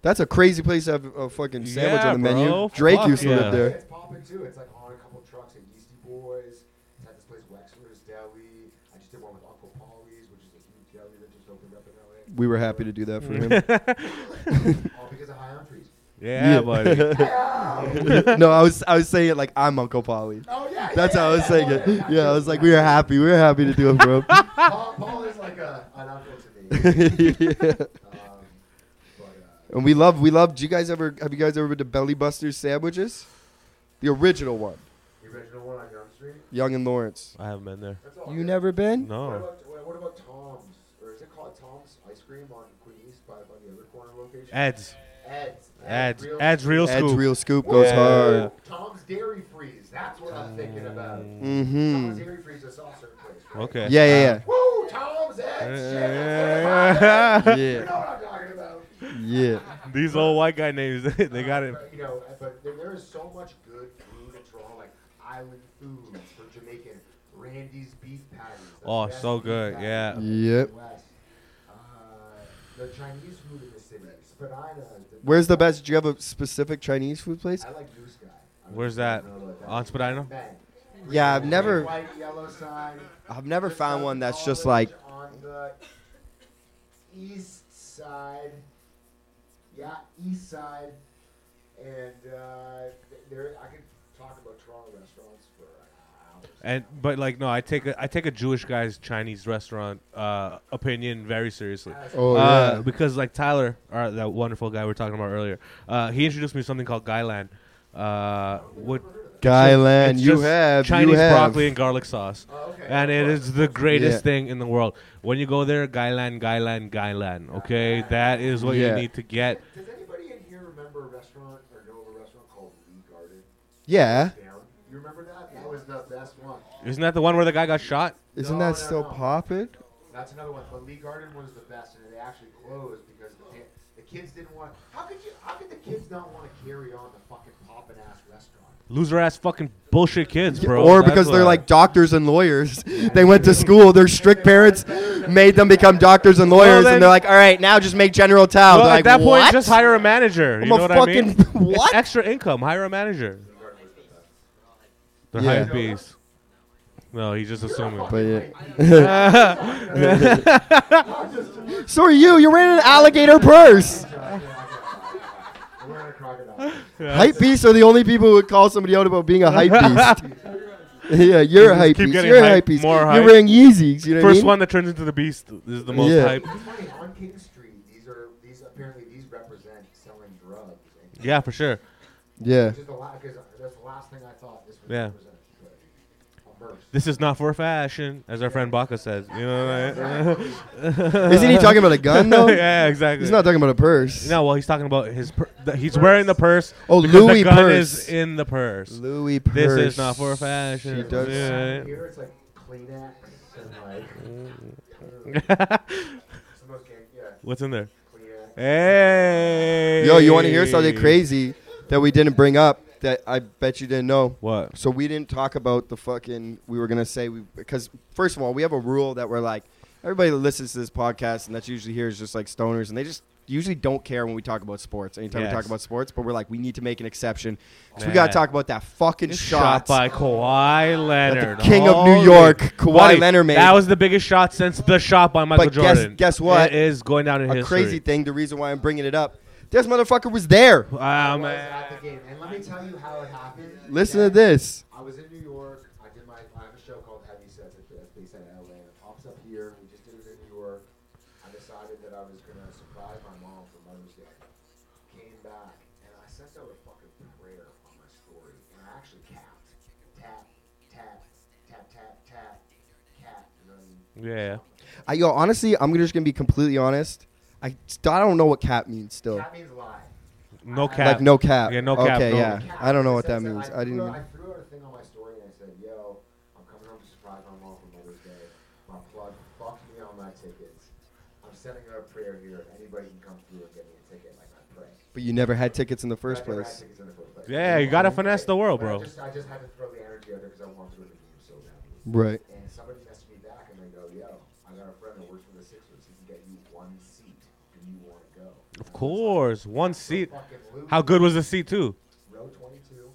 That's a crazy place to have a fucking sandwich
Yeah,
on the menu.
bro.
Drake
Fuck
used to
yeah.
live there.
It's popping too. It's like on a couple trucks at Yeasty Boys. It's at this place Wexler's Deli. I just did one with Uncle Polly's, which is a huge deli that just opened up in LA.
We were happy to do that for him.
All Oh, because of high on trees.
Yeah, buddy.
no, I was I was saying it like I'm Uncle Polly.
Oh yeah.
That's
yeah,
how I was
yeah,
saying
yeah,
it. Yeah, I was like, we were happy. We were happy to do it, bro.
Paul, Paul is like a, an uncle to me.
Yeah.
Um, but, uh,
And we love, we love. Do you guys ever have you guys ever been to Belly Buster's sandwiches? The original one,
the original one on Young Street.
Young and Lawrence.
I haven't been there.
That's all.
You
good.
never been?
What
No.
about, what about Tom's? Or is it called Tom's Ice Cream on Queen East by, by the other corner location?
Ed's.
Ed's.
Ed's. Ed's real
Ed's
school.
real scoop goes
Yeah.
hard.
Tom's Dairy Freeze. That's what I'm thinking about.
Mm-hmm.
Tom's Dairy Freeze is also a place. right?
Okay.
Yeah, yeah,
Woo! Tom's Ed's. Shit, that's what I'm
Yeah.
yeah, yeah,
talking about. You know what I'm talking about.
yeah.
These old white guy names, they got it.
But, you know, but there, there is so much good food in Toronto, like island foods for Jamaican. Randy's beef patties. the
Oh,
best
so
beef
good,
patties
yeah.
in the
Yep.
West. Uh, the Chinese food in the city, Spadina.
Where's the best? Do you have a specific Chinese food place?
I like Goose Guy. I
Where's
like
that?
Goose Guy, really,
On Spadina?
Bang.
Yeah, I've never,
White, yellow sign.
I've never
There's
found
some
one that's just like
college On the east side. Yeah, east side. And uh, th- there, I could talk about Toronto restaurants for hours.
And but like no, I take a I take a Jewish guy's Chinese restaurant uh, opinion very seriously.
Oh,
uh,
yeah.
Because like Tyler, or that wonderful guy we were talking about earlier, uh, he introduced me to something called Guyland. Uh, what
Guyland.
it's
You
just
have
Chinese
you have.
broccoli and garlic sauce,
Oh, okay.
and it is the greatest
Yeah.
thing in the world. When you go there, Guyland, Guyland, Guyland. Okay, that is what
Yeah.
you need to get.
Does anybody in here remember a restaurant or know of a restaurant called Lee Garden?
Yeah,
Down. You remember that? That was the best one.
Isn't that the one where the guy got shot?
isn't
No,
that
no,
still
no.
popping?
That's another one. But Lee Garden was the best, and it actually closed because the, ki- the kids didn't want. How could you? How could the kids not want to carry on the fucking poppin' ass restaurant?
Loser ass fucking bullshit kids, bro.
or
That's
because they're
why.
like doctors and lawyers. they went to school. Their strict parents made them become doctors and lawyers,
then-
and they're like, "All right, now just make general towel."
Well,
They're
at
like,
that
what?
point, just hire a manager. You
I'm
know
a
what I mean?
fucking-
It's
what?
extra income. Hire a manager. They're
Yeah.
hired bees. No, he's just assuming.
But yeah. so are you? You're wearing an alligator purse.
We're wearing a crocodile.
Hype beasts are the only people who would call somebody out about being a hype beast. yeah, you're a hype
keep
beast.
getting
You're a
hype,
hype beast.
more
You're
hype.
wearing Yeezys. You know
First
what
one that turns into the beast is the most
Yeah.
hype.
It's funny on King Street. These are these apparently these represent selling drugs. And
Yeah, for sure.
I mean? Yeah.
Which is the last because that's the last thing I thought this would
Yeah.
represent. but A verse.
This is not for fashion, as our friend Baca says. You know what I mean?
Isn't he talking about a gun though?
yeah, exactly.
Oh. He's not talking about a purse.
no, well, he's talking about his. Per- the, he's wearing the purse.
Oh,
because
Louis
the gun
purse.
is in the purse.
Louis purse.
This is not for fashion.
She does-
Yeah.
Here it's like Kleenex and like. It's the most gang- yeah,
What's in there?
Kleenex.
Hey.
Yo, you want to hear something crazy that we didn't bring up that I bet you didn't know?
What?
So we didn't talk about the fucking. We were gonna say we because first of all, we have a rule that we're like everybody that listens to this podcast and that's usually here is just like stoners, and they just usually don't care when we talk about sports. Anytime we talk
Yes.
about sports, but we're like we need to make an exception. So we
Man.
gotta talk about that fucking
shot
shot.
by Kawhi Leonard,
the king of New
Holy-
York, Kawhi
Buddy,
Leonard made.
That was the biggest shot since the shot by Michael
But guess-
Jordan.
guess what?
It is going down in
a
history.
crazy thing. The reason why I'm bringing it up, this motherfucker was there.
Wow,
I was
Ah, Oh, man.
at the game, and let me tell you how it happened.
Listen
Yeah.
to this.
I was in New York. I did my. I have a show called Heavy Sets at the Space at LA. And it pops up here. We just did it in New York. I decided that I was gonna surprise my mom for Mother's Day. Came back and I sent out a fucking prayer on my story, and I actually capped, tap, tap, tap, tap, tap, cap, and then
Yeah.
I, yo, honestly, I'm just gonna be completely honest. I, st- I don't know what cap means still.
That means lie.
No cap.
Like no cap.
Yeah, no cap.
Okay,
no-
yeah. I don't know what that
said-
means.
I,
I didn't
Threw,
even-
I threw out a thing on my story and I said, "Yo, I'm coming home to surprise my mom for Mother's Day. My plug fucked me on my tickets. I'm sending her a prayer here. If anybody can come through and get me a ticket, like I pray."
But you never had tickets in the
But I
first
never had
place.
tickets in the first place.
Yeah, you gotta finesse the world,
But I
bro.
just, I just had to throw the energy out there because I wanted to review so badly.
Right.
And somebody messaged me back and they go, "Yo, I got a friend that works for the Sixers. He can get you one seat. Do you want to go?"
Of course, one seat.
Fucking Lou.
How good was the seat too?
Row 22,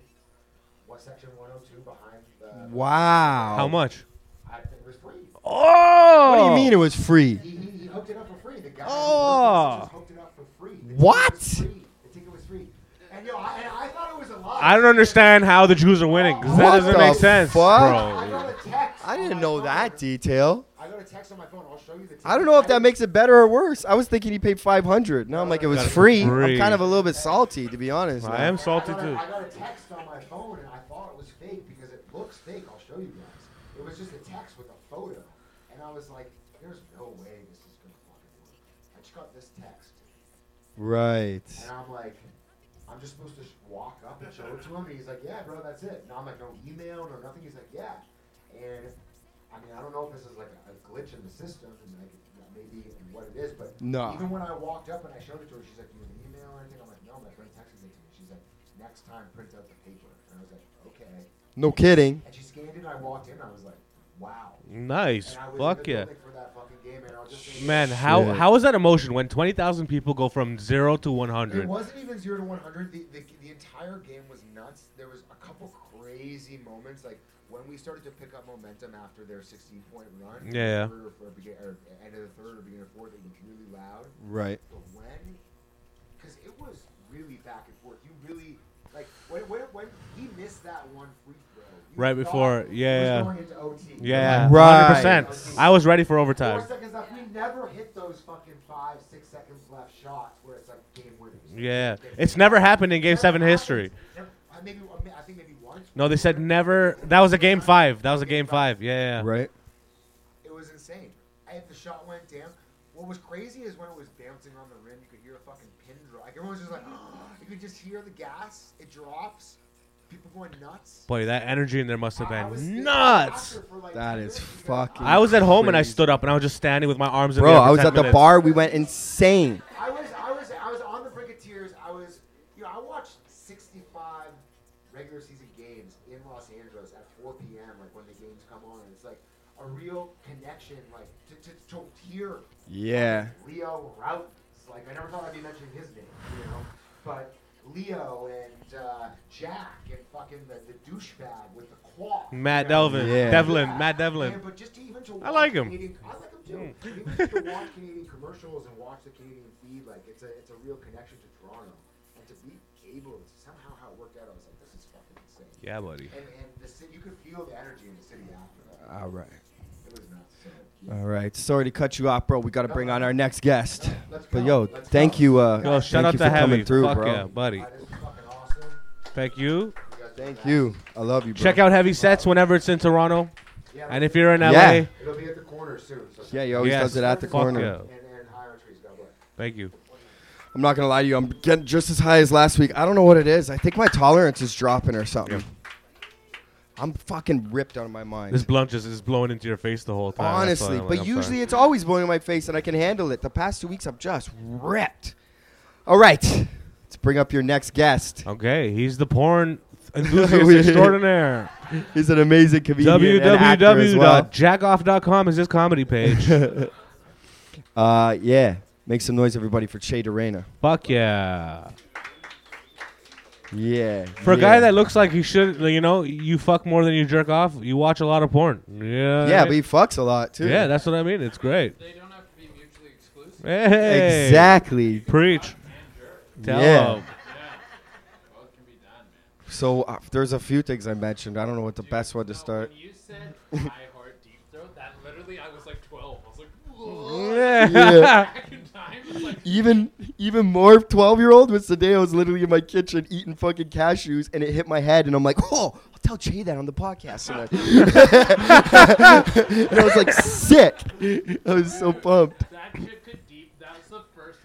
what section 102 behind the.
Wow.
How much?
I think it was free.
Oh.
What do you mean it was free?
He, he, he hooked it up for free. The guy. who
Oh.
worked at Sixers hooked it up for free. The ticket
What?
was free. The ticket was free. And yo, I, and I thought it was a lie.
I don't understand how the Jews are winning. 'cause that
What
doesn't
the
make sense,
fuck?
I
bro.
got a text.
I
on
didn't
my
know
phone.
that detail.
I got a text on my phone. I'll show you the. Ticket.
I don't know if that
didn't-
makes it better or worse. I was thinking he paid 500. Now I'm like, it was
Got it
free.
free.
I'm kind of a little bit salty, to be honest.
I
now.
am salty
I got, a,
too.
I got a text on my phone and I thought it was fake because it looks fake. I'll show you guys. It was just a text with a photo, and I was like, "There's no way this is gonna fucking work." I just got this text,
Right.
and I'm like, "I'm just supposed to sh- walk up and show it to him," and he's like, "Yeah, bro, that's it." No, I'm like, "No email, no nothing." He's like, "Yeah," and I mean, I don't know if this is like a, a glitch in the system, and like maybe what it is, but
No.
even when I walked up and I showed it to her, she's like, "Do you have an email or anything?" I'm like, "No, my friend texted it to me." She's like, "Next time, print out the paper." And I was like, "Okay."
No kidding.
And she scanned it. and I walked in. I was like, "Wow."
Nice.
And I was
Fuck
in the
yeah.
building for that fucking game, and I'll just say,
Man, how
Shit.
how is that emotion when twenty thousand people go from zero to one
It
hundred?
wasn't even zero to one hundred. The, the the entire game was nuts. There was a couple crazy moments, like when we started to pick up momentum after their sixteen point run.
Yeah.
Third or, or, begin, or end of the third or beginning of the fourth, it was really loud.
Right.
But when, because it was really back and forth. You really like when when, when he missed that one free throw. you
Right
thought
before-
it was
yeah.
going into OT.
Yeah,
Right.
hundred percent. I was ready for
Four
overtime.
seconds left. We never hit those fucking five, six seconds left shots where it's like game winners.
Yeah, it's never happened in Game Seven history.
Never- I maybe I think maybe once.
No, they said never. That was a Game Five. That was a Game Five. Yeah, yeah.
Right.
It was insane. I the shot went down. What was crazy is when it was bouncing on the rim, you could hear a fucking pin drop. Like everyone was just like, you could just hear the gas. It drops. People going nuts.
Boy, that energy in there must have
I- I was
been
standing
nuts.
after for, like,
That
two
is
minutes because
fucking-
I was at home and I
Crazy.
stood up and I was just standing with my arms. in
Bro,
the air for
I was
10
at the
minutes.
bar. We went insane.
I was, I was, I was on the brink of tears. I was, you know, I watched 65 regular season games in Los Angeles at 4 p.m. Like when the games come on, and it's like a real connection, like to to, to hear
Yeah.
Leo Routes. Like I never thought I'd be mentioning his name, you know, but Leo and uh, Jack and fucking the, the douchebag with the quad.
Matt
you know?
Devlin,
Yeah.
Devlin, Matt Devlin.
Yeah, but just to even to
I
watch
like him. Mm.
Canadian, I like him too. But even just to watch Canadian commercials and watch the Canadian feed, like it's a it's a real connection to Toronto. And to be able to somehow how it worked out, I was like, this is fucking insane.
Yeah, buddy.
And and the city, you could feel the energy in the city after that.
All right.
It was nuts. So, yeah.
All right. Sorry to cut you off, bro. We got to bring on our next guest.
Let's
But
go.
yo,
Let's
thank
go.
you. Uh,
Yo, shout
thank
out
you
to
for coming
Heavy.
through,
Fuck
bro.
yeah, buddy.
Uh, this is fucking awesome.
Thank you.
You guys are
Thank
back.
you. I love you, bro.
Check out Heavy Sets whenever it's in Toronto.
Yeah,
And if you're in LA,
Yeah.
it'll be at the corner soon. So
Yeah, he always
Yes.
does it at the
Fuck
corner.
yeah.
And and higher trees, God bless.
thank you.
I'm not gonna lie to you. I'm getting just as high as last week. I don't know what it is. I think my tolerance is dropping or something. I'm fucking ripped out of my mind.
This blunt just is blowing into your face the whole time. That's why
Honestly,
I'm like,
but
I'm
usually
sorry.
it's always blowing in my face, and I can handle it. The past two weeks, I'm just ripped. All right, let's bring up your next guest.
okay. He's the porn enthusiast extraordinaire.
He's an amazing comedian and actor as well.
www.jackoff.com is his comedy page.
Uh, yeah, make some noise, everybody, for Che Dorena.
Fuck yeah.
Yeah,
For a
yeah.
guy that looks like he should, you know, you fuck more than you jerk off. You watch a lot of porn. Yeah.
yeah,
I
but he
mean?
fucks a lot too.
yeah, that's what I mean. It's great.
They don't have to be mutually exclusive.
Hey.
exactly.
Preach. Tell
Yeah.
him.
Both can be done, man.
So uh, there's a few things I mentioned. I don't know what the best one to
No,
start.
When you said I heart deep throat, that literally I was like 12. I was like, whoa.
Yeah.
Back in time, it's like
Even even more 12 year old was the day I was literally in my kitchen eating fucking cashews and it hit my head and I'm like, oh, I'll tell Jay that on the podcast tonight. and I was like, sick. I was so pumped.
that shit could deep. That was the first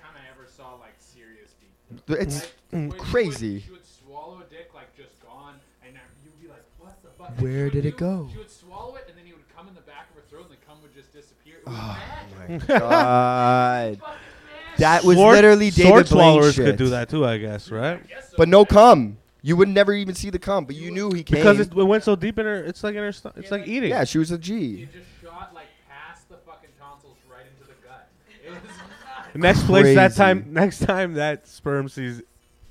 It's
When she would-
Mm, crazy.
She would swallow a dick like just gone, and then you'd be like, "What the fuck?"
Where
She would
did it
do-
go?
She would swallow it, and then he would come in the back of her throat, and the cum would just disappear. It was
Ah, God. That was
Sword-
literally David
sword
Blaine
swallowers
shit.
could do that too, I guess, right?
But no cum. You would never even see the cum, but you knew he came.
Because it, it went so deep in her, it's like in her, sto- it's like eating.
yeah, she was a
You
G.
just shot like past the fucking tonsils right into the gut. It was
Next place that
Crazy.
time, next time that sperm sees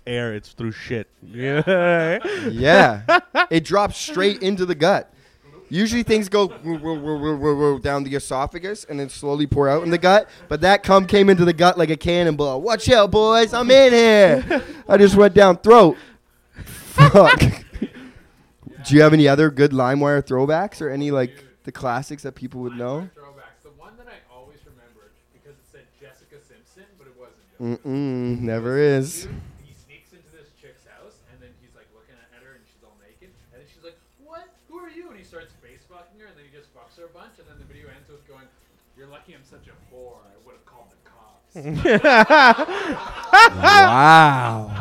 air, it's through shit. Yeah.
Yeah, it drops straight into the gut. Usually things go woo- woo- woo- woo- woo- woo down the esophagus and then slowly pour out in the gut, but that cum came into the gut like a cannonball. Watch out, boys! I'm in here. I just went down throat. Fuck. Do you have any other good LimeWire throwbacks or any like the classics that people would know?
throwbacks. The one that I always remembered because it said Jessica Simpson, but it wasn't.
Mm. Mm-mm, never is.
Dude, he sneaks into this chick's house, and then he's like looking at her, and she's all naked, and then she's like, "What? Who are you?" And he starts face fucking her, and then he just fucks her a bunch, and then the video ends with going, "You're lucky I'm such a whore. I would have called the cops."
Wow.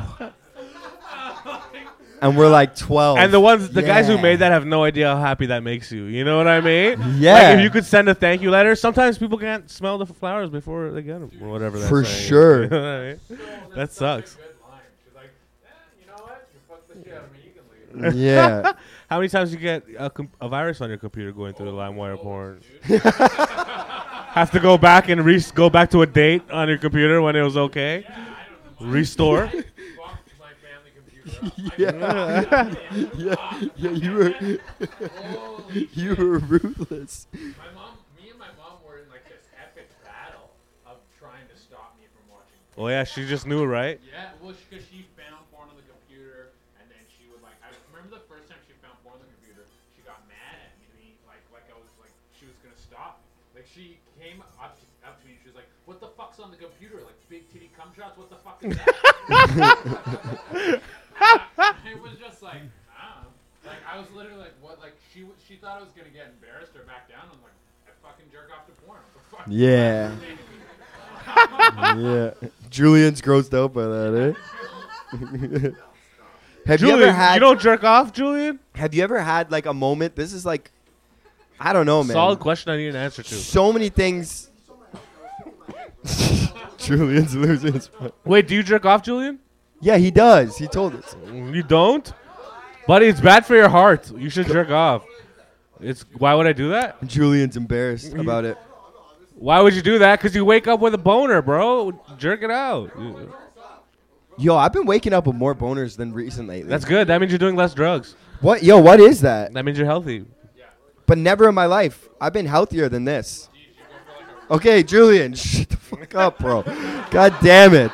And we're like 12.
And the ones, the guys who
Yeah.
made that have no idea how happy that makes you. You know what I mean?
Yeah.
Like if you could send a thank you letter, sometimes people can't smell the flowers before they get them or whatever. that
For
saying is.
sure.
You know what I mean? That sucks.
a good line. She's like, eh, "You know what? You fucked the shit out of me. You can leave."
Yeah.
How many times you get a, com- a virus on your computer going through the LimeWire porn? Have to go back and re- go back to a date on your computer when it was okay. Restore.
Fucked my family computer up.
yeah. yeah. Yeah, you were you were ruthless.
My mom, me and my mom were in like this epic battle of trying to stop me from watching.
oh yeah, she just knew, right?
Yeah, well, because she found porn on the computer, and then she would like. I remember the first time she found porn on the computer, she got mad at me, like like I was like she was gonna stop. me. Like she came up to, up to me and she was like, "What the fuck's on the computer? Like big titty cum shots? What the fuck is that?" it was just like, I don't know. Like I was literally like, "What?" Like she w- she thought I was gonna get embarrassed or back down. I'm like, "I fucking jerk off to porn." What the fuck?
Yeah. yeah. Julian's grossed out by that, eh? have
Julian, you,
you ever had
don't jerk off, Julian.
have you ever had like a moment this is like I don't know, man.
Solid question. I need an answer to.
so many things Julian's losing his mind.
Wait, do you jerk off, Julian?
Yeah, he does. He told us.
You don't, buddy. It's bad for your heart. You should jerk off. It's why would I do that?
Julian's embarrassed about it.
Why would you do that? Because you wake up with a boner, bro. Jerk it out.
Yo, I've been waking up with more boners than recent lately.
That's good. That means you're doing less drugs.
what yo, what is that?
That means you're healthy.
But never in my life. I've been healthier than this. Okay, Julian, shut the fuck up, bro. God damn it.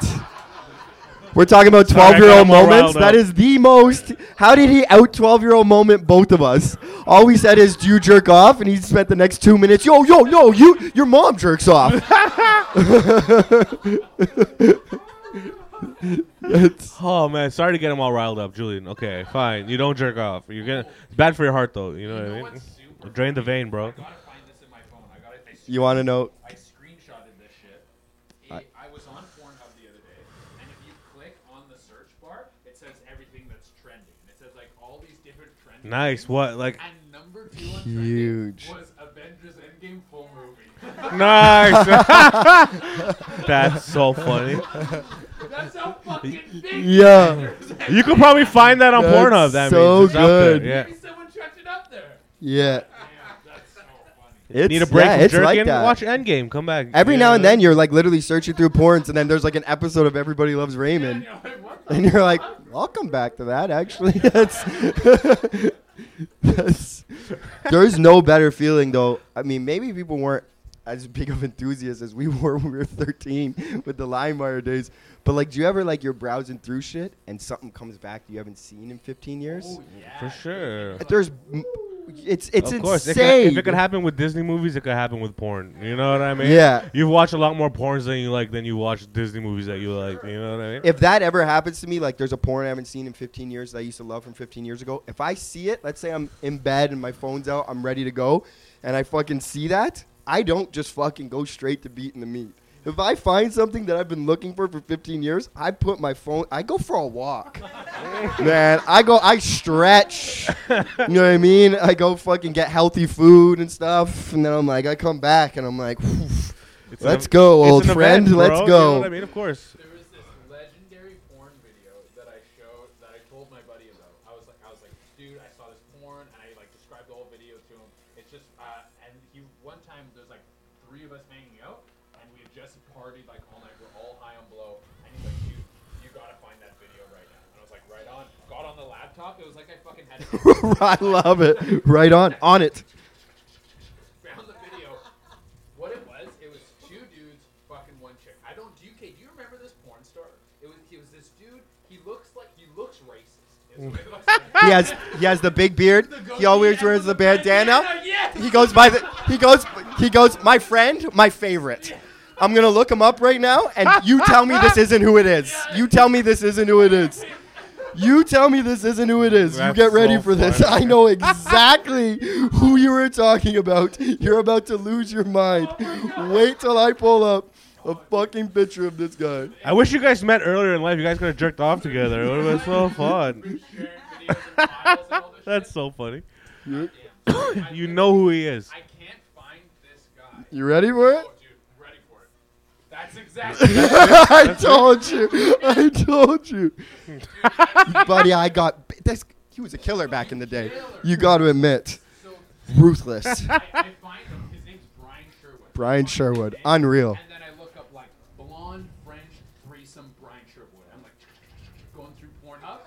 We're talking about
Sorry, I
12 year old
got all
moments.
riled
That
up.
is the most. How did he out 12 year old moment both of us? All we said is, do you jerk off? And he spent the next two minutes, yo, yo, yo, you, your mom jerks off. It's-
Oh man, sorry to get him all riled up, Julian. Okay, fine. You don't jerk off. You're gonna it's bad for your heart though. You know what I mean?
What's super?
Drain the vein, bro.
I gotta find this in my phone. I gotta. I
you want to know?
I screenshotted this shit. It, I was on Pornhub the other day, and if you click on the search bar, it says everything that's trending. It says like all these different trending.
Nice. What? Like
And number two on
Huge.
trending was Avengers Endgame full movie.
nice. That's so funny.
that's how fucking big.
Yeah.
You could probably find that on
That's
Pornhub. That
so
means it's out there.
good.
Yeah.
Maybe someone checked it up there.
Yeah.
Damn, that's so funny.
It's,
Need a break
yeah,
from
it's
jerking?
like that.
Watch Endgame. Come back.
Every
Yeah.
now and then, you're like literally searching through porns, and then there's like an episode of Everybody Loves Raymond,
You're like, what the
and you're like, "I'll come back to that." Actually, that's, that's there's no better feeling though. I mean, maybe people weren't as big of enthusiasts as we were when we were 13 with the LimeWire days. But like, do you ever like you're browsing through shit and something comes back you haven't seen in 15 years?
For sure.
There's, it's it's
Of
insane.
course, it could, if it could happen with Disney movies, it could happen with porn. You know what I mean?
Yeah.
You've watched a lot more porns than you like than you watch Disney movies that you like. You know what I mean?
if that ever happens to me, like there's a porn I haven't seen in 15 years that I used to love from 15 years ago. If I see it, let's say I'm in bed and my phone's out, I'm ready to go, and I fucking see that, I don't just fucking go straight to beating the meat. If I find something that I've been looking for for 15 years, I put my phone. I go for a walk, man. I go. I stretch. You know what I mean? I go fucking get healthy food and stuff, and then I'm like, I come back and I'm like, "Whew,
It's an
let's
ev-
go,
it's
old
an event,
friend.
bro.
let's
You
go.
know what I mean, of course.
There was this legendary porn video that I showed that I told my buddy about. I was like, I was like, dude, I saw this porn, and I like described the whole video to him. It's just, uh, and he one time there's like three of us hanging out, and we had just partied like all night. We're all high on blow, and he's like, dude, you gotta find that video right now. And I was like, right on. Got on the laptop. It was like I fucking had it.
I love it. Right on, on it.
found the video. What it was, it was two dudes fucking one chick. I don't. Do you, Kate, do you remember this porn star? It was. He was this dude. He looks like he looks racist. Is what it looks like.
He has he has the big beard.
The
He always
goatee
wears
and
the
with
bandana.
Yes.
He goes by the he goes he goes my friend, my favorite. I'm gonna look him up right now, and you tell me this isn't who it is. You tell me this isn't who it is. You tell me this isn't who it is. You
That's
get ready
so
for this. I
funny.
know exactly who you were talking about. You're about to lose your mind. Wait till I pull up a fucking picture of this guy.
I wish you guys met earlier in life. You guys could have jerked off together. It would have been so fun.
Sharing videos and files and all this
That's so funny.
shit. Yeah.
You know who he is.
I can't find this guy.
You ready for it?
Oh, dude, ready for it? That's exactly. dude,
I told you. I told you. Buddy, I got. This, he was a killer back in the day. You got to admit.
so
Ruthless.
I, I find him. His name's Brian Sherwood.
Brian
Fucking
Sherwood.
name.
Unreal.
And then I look up like blonde French threesome Brian Sherwood. I'm like going through Pornhub,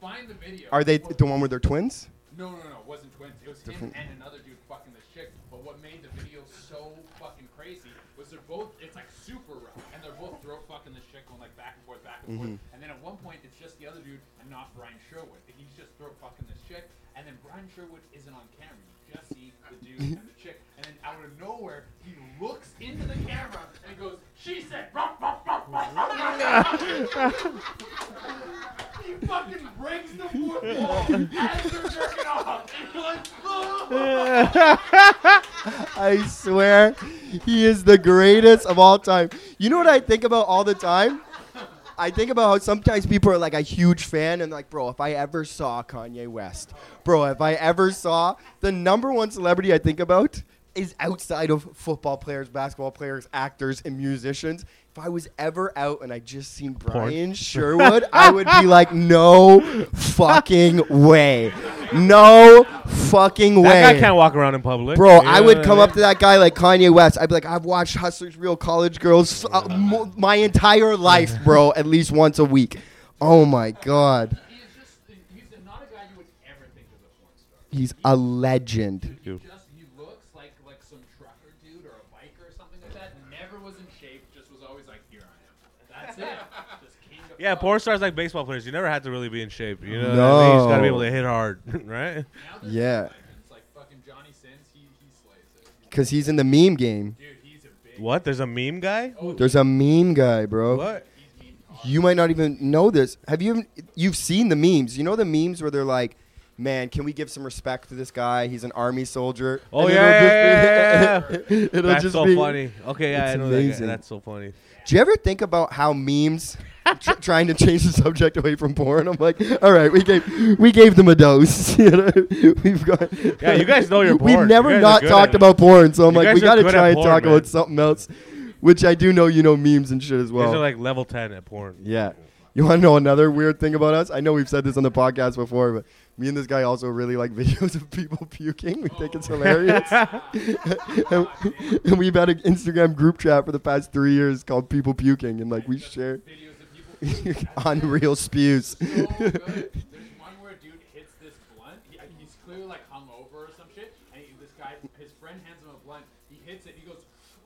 find the video.
Are they
What-
the one where they're twins?
No, no, no. It wasn't twins. It was
Different-
him and another dude fucking this chick. But what made the video so fucking crazy was they're both. It's like super rough, and they're both throat fucking this chick, going like back and forth, back and forth. And then at one point, it's just the other dude and not Brian Sherwood. He's just throat fucking this chick, and then Brian Sherwood isn't on camera. You just see the dude and the chick, and then out of nowhere, he looks into the camera and goes, "She said." "Ruff, ruff, ruff, ruff, ruff, ruff, ruff." he fucking breaks the fourth wall as they're jerking off. And you're like, "Oh."
I swear, he is the greatest of all time. You know what I think about all the time? I think about how sometimes people are like a huge fan and like, bro, if I ever saw Kanye West, bro, if I ever saw the number one celebrity I think about is outside of football players, basketball players, actors, and musicians. If I was ever out and I just seen Brian Sherwood, I would be like, no fucking way. No fucking way.
That guy can't walk around in public.
Bro,
You
I
know
would
what
come up to that guy like Kanye West. I'd be like, I've watched Hustlers, Real College Girls uh, mo- my entire life, bro, at least once a week. Oh my God.
He is just, he's not a guy you would ever think of as a porn star.
He's a legend.
He
Dude.
just, he looks like, like some trucker dude or a biker or something like that. Never was in shape, just was always like, here I am. That's it. just came to
Yeah,
fuck.
porn stars like baseball players. You never had to really be in shape. You know,
No.
what I mean? you just gotta be able to hit hard, right?
Now there's
Yeah.
legends, like fucking Johnny Sins, he, he slays it.
Because he's in the meme game.
Dude, he's a big,
What? There's a meme guy. Who-
There's a meme guy, bro.
What?
he's mean hard.
You might not even know this. Have you? even- You've seen the memes. You know the memes where they're like, "Man, can we give some respect to this guy? He's an army soldier."
Oh
And
yeah,
it'll
yeah,
just
yeah,
be- it'll
That's
just
so
be-
funny. Okay, yeah,
It's
I know that.
amazing.
Guy. That's so funny.
Do you ever think about how memes tr- trying to change the subject away from porn? I'm like, all right, we gave we gave them a dose. you know? We've got
Yeah, you guys know your
We've
porn. You
never
guys
not
are good
talked
at it.
about porn, so I'm
You
like,
guys
we
are
gotta
good
try
at
and
porn,
talk
man.
about something else, which I do know you know memes and shit as well.
These are like level ten at porn.
yeah. You want to know another weird thing about us? I know we've said this on the podcast before, but me and this guy also really like videos of people puking. We think it's hilarious. and, and we've had an Instagram group chat for the past three years called People Puking, and like we share
videos of people.
unreal spews.
so good. There's one where a dude hits this blunt. He, uh, he's clearly like hungover or some shit. And he, this guy, his friend hands him a blunt. He hits it. He goes,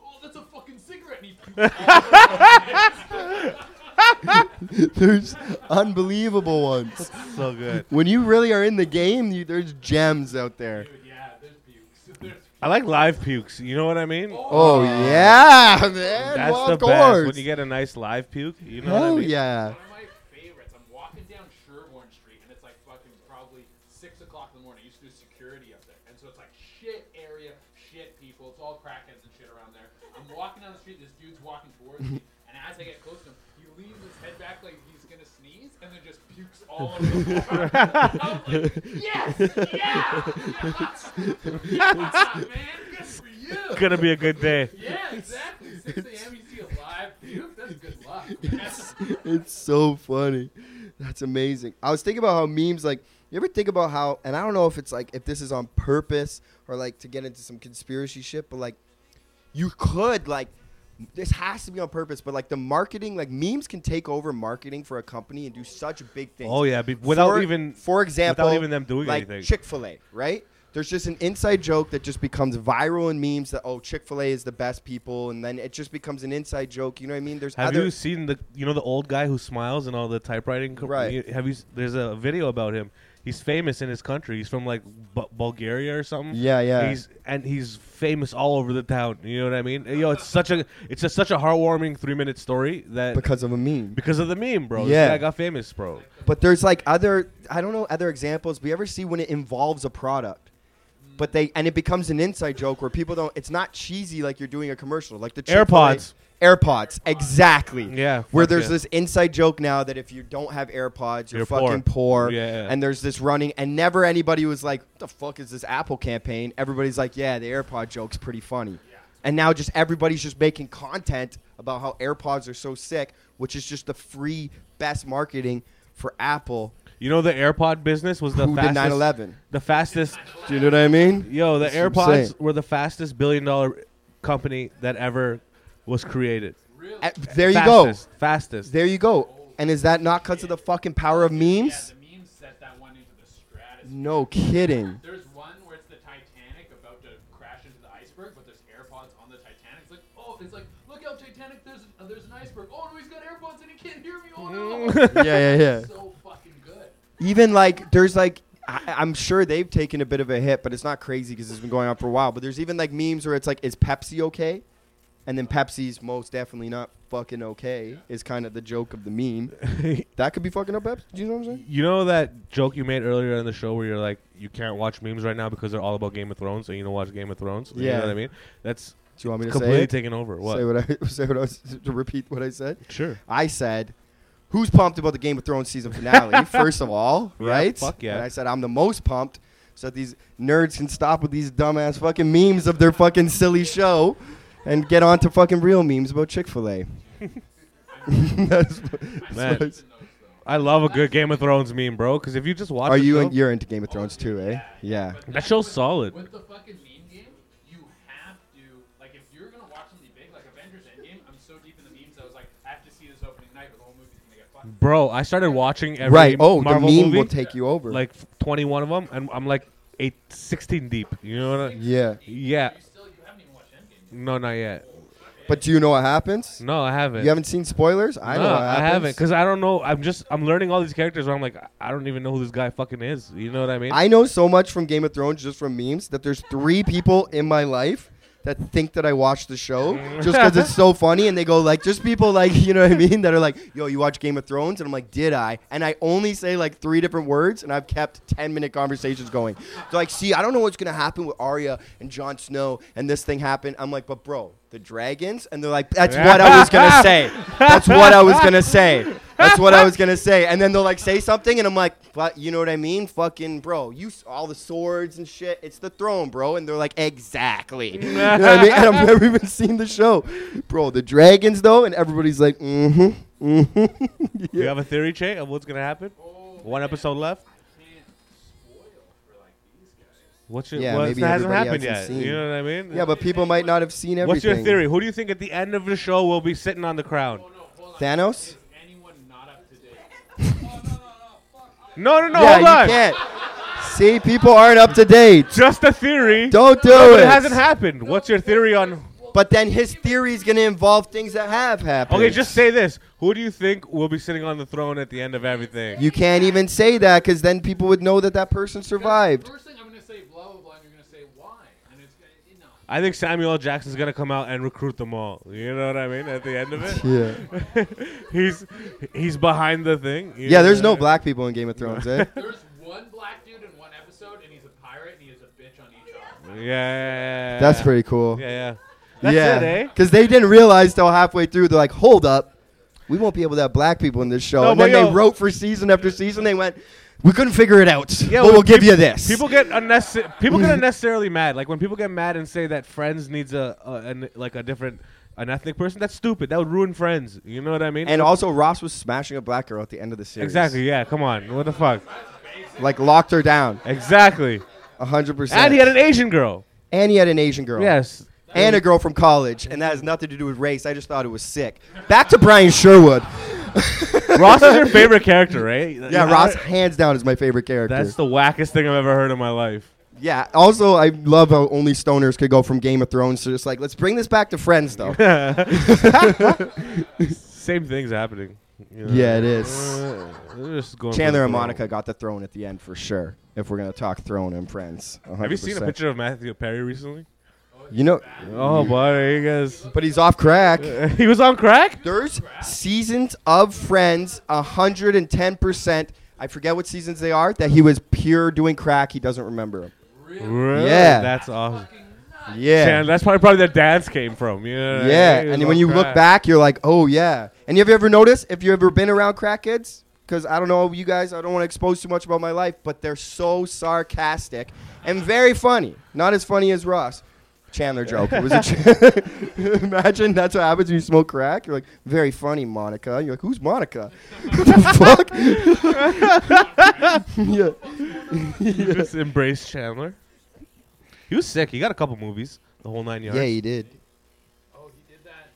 "Oh, that's a fucking cigarette." And he pukes all over
There's unbelievable ones.
So good.
When you really are in the game, you, there's gems out there.
it. Yeah, there's pukes. There's
I like live pukes. You know what I mean?
Oh yeah, man.
That's
well,
the
of
best.
course.
When you get a nice live puke, you know
Hell
what I mean?
yeah.
one of my favorites. I'm walking down Sherbourne Street, and it's like fucking probably six o'clock in the morning. I used to do security up there, and so it's like shit area, shit people. It's all crackheads and shit around there. I'm walking down the street. street. This dude's walking towards me, and as I get close to him, he leans his head back like he's gonna sneeze, and then just pukes all over the floor. I was like, yes, yeah, yes, Yeah, man, good for you.
Gonna be a good day.
Yeah, exactly. 6 a.m. You see a live puke. That's good luck. That's
it's so funny. That's amazing. I was thinking about how memes like you ever think about how and I don't know if it's like if this is on purpose or like to get into some conspiracy shit, but like you could like this has to be on purpose, but like the marketing, like memes can take over marketing for a company and do such big things.
Oh yeah, be, without
for,
even
for example,
without even them doing
like
anything.
Chick Fil A, right? There's just an inside joke that just becomes viral in memes that oh Chick Fil A is the best people, and then it just becomes an inside joke. You know what I mean? There's
Have
other
you seen the you know the old guy who smiles and all the typewriting? co-
Right.
you- Have you? s- There's a video about him. He's famous in his country. He's from like Bu- Bulgaria or something.
Yeah, yeah.
He's and he's famous all over the town. You know what I mean? Yo, it's such a it's a, such a heartwarming three minute story that because,
because of a meme.
of the meme, bro.
Yeah.
this guy got famous, bro.
But there's like other I don't know other examples. We ever see when it involves a product, but they and it becomes an inside joke where people don't. It's not cheesy like you're doing a commercial like the Chick-fil-A-
AirPods.
AirPods, exactly.
Yeah,
Where
fuck
there's
yeah.
this inside joke now that if you don't have AirPods, you're,
You're poor.
fucking poor.
Yeah.
And there's this running, and never anybody was like, "What the fuck is this Apple campaign?" Everybody's like, "Yeah, the AirPod joke's pretty funny." And now just everybody's just making content about how AirPods are so sick, which is just the free best marketing for Apple.
You know the AirPod business was the
Who did
fastest.
9/11?
The fastest.
Do you know what I mean?
Yo, the
That's
AirPods
insane.
were the fastest billion dollar company that ever was created.
really.
Uh, there you
fastest,
go.
Fastest.
There you go. And is that not because of the fucking power of
Yeah,
memes?
the memes set that one into the stratosphere.
No kidding.
There's one where it's the Titanic about to crash into the iceberg, but there's AirPods on the Titanic. It's like, oh, it's like, look out, Titanic, there's uh, there's an iceberg. Oh no, he's got AirPods and he can't hear me. Oh no,
yeah, yeah, yeah.
so fucking good.
even like there's like I, I'm sure they've taken a bit of a hit, but it's not crazy because it's been going on for a while. But there's even like memes where it's like, is Pepsi okay? And then Pepsi's most definitely not fucking okay is kind of the joke of the meme. that could be fucking up Pepsi. Do you know what I'm saying?
You know that joke you made earlier in the show where you're like, you can't watch memes right now because they're all about Game of Thrones, and you don't watch Game of Thrones. You
Yeah.
know what I mean? That's
Do you want me to
completely
say it?
taken over. What?
Say what I say what I was to repeat what I said.
Sure.
I said, "Who's pumped about the Game of Thrones season finale?" first of all,
Yeah,
right?
fuck yeah.
And I said, "I'm the most pumped, so that these nerds can stop with these dumbass fucking memes of their fucking silly show, and get on to fucking real memes about Chick Fil A." that's, that's
Man.
what I s-
I love a good Game of Thrones meme, bro. Because if you just watch,
Are
the
you?
show-
In, you're into Game of Thrones too, eh? Yeah.
that show's solid.
With the fucking meme game, you have to like if you're gonna watch something big like Avengers Endgame. I'm so deep in the memes, I was like, I have to see this opening night, or the whole movie's gonna get fucked.
Bro, I started watching every
right. Oh,
Marvel
the meme
movie,
will take you over.
like 21 of them, and I'm like eight, 16 deep. You know what? I,
yeah.
yeah.
You still, you haven't even watched Endgame. yet.
No, not yet.
But do you know what happens?
No, I haven't.
You haven't seen spoilers? I know.
No,
what
I
happens.
haven't because I don't know. I'm just I'm learning all these characters where I'm like I- I don't even know who this guy fucking is. You know what I mean?
I know so much from Game of Thrones just from memes that there's three people in my life that think that I watch the show
Mm.
just because it's so funny, and they go like, just people like, you know what I mean? That are like, yo, you watch Game of Thrones, and I'm like, did I? And I only say like three different words, and I've kept ten minute conversations going. They're like, see, I don't know what's gonna happen with Arya and Jon Snow, and this thing happened. I'm like, but bro, the dragons, and they're like, that's what I was gonna say. That's what I was gonna say. That's what I was gonna say. And then they'll like say something, and I'm like, "What? You know what I mean? Fucking bro, you s- all the swords and shit. It's the throne, bro." And they're like, "Exactly." You know what I mean? And I've never even seen the show, bro. The dragons though, and everybody's like, "Mm-hmm, mm-hmm."
You have a theory, Che, of what's gonna happen? One episode left.
Oh, Can't spoil for like these guys.
What's your
Yeah,
what
maybe
hasn't
everybody
happened yet?
hasn't seen.
You know what I mean?
yeah, but people might not have seen everything.
what's your theory? Who do you think at the end of the show will be sitting on the crown?
Oh no, hold on.
Thanos?
Is anyone not up to date?
No, no, no.
yeah,
hold on.
you can't. See, people aren't up to date.
Just a theory.
Don't do
but
it.
it hasn't happened. What's your theory on?
But then his theory is gonna involve things that have happened.
Okay, just say this. Who do you think will be sitting on the throne at the end of everything?
You can't even say that because then people would know that that person survived.
First thing I'm gonna say blah blah blah, and you're gonna say why, and it's gonna you know.
I think Samuel L. Jackson's gonna come out and recruit them all. You know what I mean? At the end of it,
Yeah.
he's he's behind the thing. you
Yeah,
know
there's
what I
no
mean?
black people in Game of Thrones, eh?
There's one black dude in one episode, and he's a pirate, and he has a bitch on each arm.
Yeah.
That's pretty cool.
Yeah, yeah. That's
yeah,
it, eh?
Because they didn't realize till halfway through. They're like, hold up. We won't be able to have black people in this show.
No,
and
but
then
yo-
they wrote for season after season. They went, we couldn't figure it out. Yeah, but
when
we'll give
peop-
you this.
People get unnecessary. People get unnecessarily mad. Like when people get mad and say that Friends needs a, a an, like a different an ethnic person. That's stupid. That would ruin Friends. You know what I mean?
and also, Ross was smashing a black girl at the end of the series.
exactly. Yeah. Come on. What the fuck?
Like, locked her down.
Exactly.
100%.
And he had an Asian girl.
and he had an Asian girl.
Yes.
And a girl from college. And that has nothing to do with race. I just thought it was sick. Back to Brian Sherwood.
Ross is your favorite character, right?
Yeah, Ross, hands down, is my favorite character.
That's the wackest thing I've ever heard in my life.
Yeah. Also, I love how only stoners could go from Game of Thrones to just like, let's bring this back to Friends, though.
Same thing's happening. you know?
yeah, it is.
Uh, they're just going for the
Chandler
throne.
and Monica got the throne at the end for sure. If we're gonna talk throne and Friends,
Have you seen a
100%.
picture of Matthew Perry recently?
You know,
Oh, buddy, you guys.
but he's off crack.
he was on crack.
There's seasons of Friends, hundred and ten percent. I forget what seasons they are. That he was pure doing crack. He doesn't remember 'em.
Really?
Yeah.
that's awesome.
Yeah.
Chandler, that's probably probably the dance came from. You know what I
Yeah,
mean? He was
and
on
when you look
crack.
back, you're like, oh yeah. And have you ever noticed if you've ever been around crack kids? Because I don't know you guys, I don't want to expose too much about my life, but they're so sarcastic and very funny. Not as funny as Ross. Chandler joke. It was a ch- Imagine that's what happens when you smoke crack. You're like, very funny, Monica. You're like, who's Monica? what the fuck? yeah.
you just embrace Chandler. He was sick. He got a couple movies, the whole nine yards.
yeah, he did.
Oh, he did that.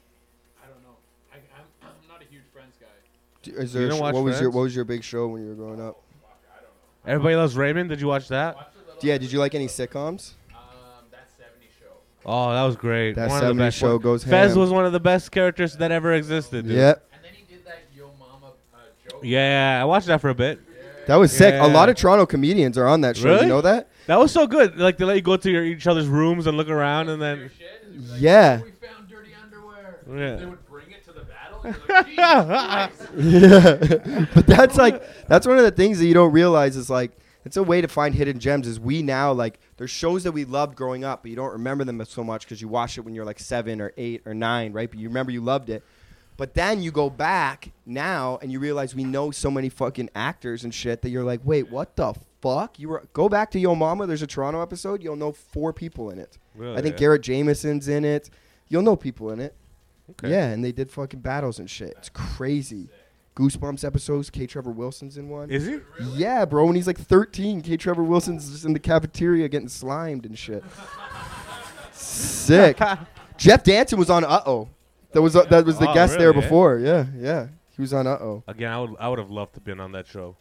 I don't know. I, I'm, I'm not a huge Friends guy.
D- Is there
You
a
don't
sh-
watch
what was your
Friends?
what was your big show when you were growing up?
Everybody loves Raymond. Did you watch that?
Yeah, did you like any sitcoms?
Um, that 70 show.
Oh, that was great.
That
One of the
70s
best
show
ones.
goes
Fez
ham.
was one of the best characters that ever existed. Dude.
Yep.
And then he did that Yo Mama uh, joke.
Yeah, I watched that for a bit.
That was sick.
Yeah.
A lot of Toronto comedians are on that show.
Really?
You know that?
That was so good. Like they let you go to your, each other's rooms and look around, and then
Shit. He'd be Like,
Yeah.
We found dirty underwear.
Yeah.
They would bring it to the battle. And you're like, Jesus Christ.
Yeah. but that's like that's one of the things that you don't realize is like it's a way to find hidden gems is we now like there's shows that we loved growing up but you don't remember them so much because you watched it when you're like seven or eight or nine right but you remember you loved it but then you go back now and you realize we know so many fucking actors and shit that you're like wait what the fuck you were go back to yo mama there's a toronto episode you'll know four people in it
Really,
i think
yeah.
garrett jameson's in it you'll know people in it
Okay.
yeah, and they did fucking battles and shit. It's crazy. Goosebumps episodes. K. Trevor Wilson's in one.
is he?
yeah, bro. When he's like 13, K. Trevor Wilson's just in the cafeteria getting slimed and shit. Sick. Jeff Danson was on Uh Oh. That was that was the
Oh,
guest there
really, eh?
before. Yeah, yeah. He was on Uh Oh.
Again, I would I would have loved to been on that show.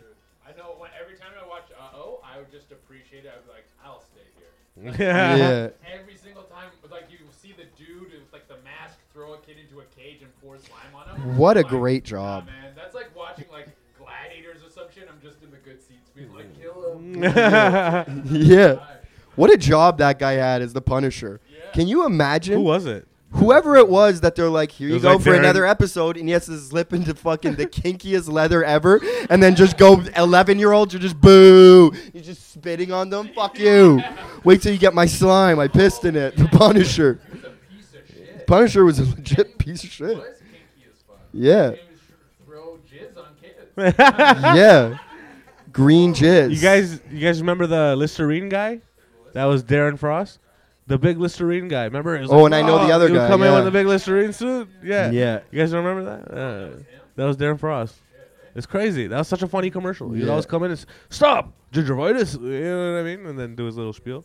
I know when, every time I watch Uh Oh, I would just appreciate it. I'd be like, I'll stay here.
Yeah.
Every single time, like you see the dude with like the mask throw a kid into a cage and pour slime on him.
What a
Like,
great
nah,
job.
man, that's like watching like gladiators or some shit. I'm just in the good seats, being like, kill him.
Mm. Yeah. What a job that guy had as the Punisher. Can you imagine?
Who was it?
whoever it was that they're like, here you
was
go
like
for
Darren-
another episode, and he has to slip into fucking the kinkiest leather ever, and then just go eleven year olds, you're just boo, you're just spitting on them, fuck you. Wait till you get my slime, I pissed in it. The Punisher,
It's a piece of shit.
Punisher was a legit piece of shit.
Was kinky as fuck.
Yeah,
James throw jizz on kids.
yeah. Green jizz.
You guys, you guys remember the Listerine guy? That was Darren Frost, the big Listerine guy. Remember? It was
Oh, and I know the other
he would
guy,
Come in
yeah.
with the big Listerine suit. Yeah.
Yeah.
You guys remember that? Uh, that was Darren Frost. It's crazy. That was such a funny commercial. He'd
Yeah.
always come in and s- stop gingivitis. You know what I mean? And then do his little spiel.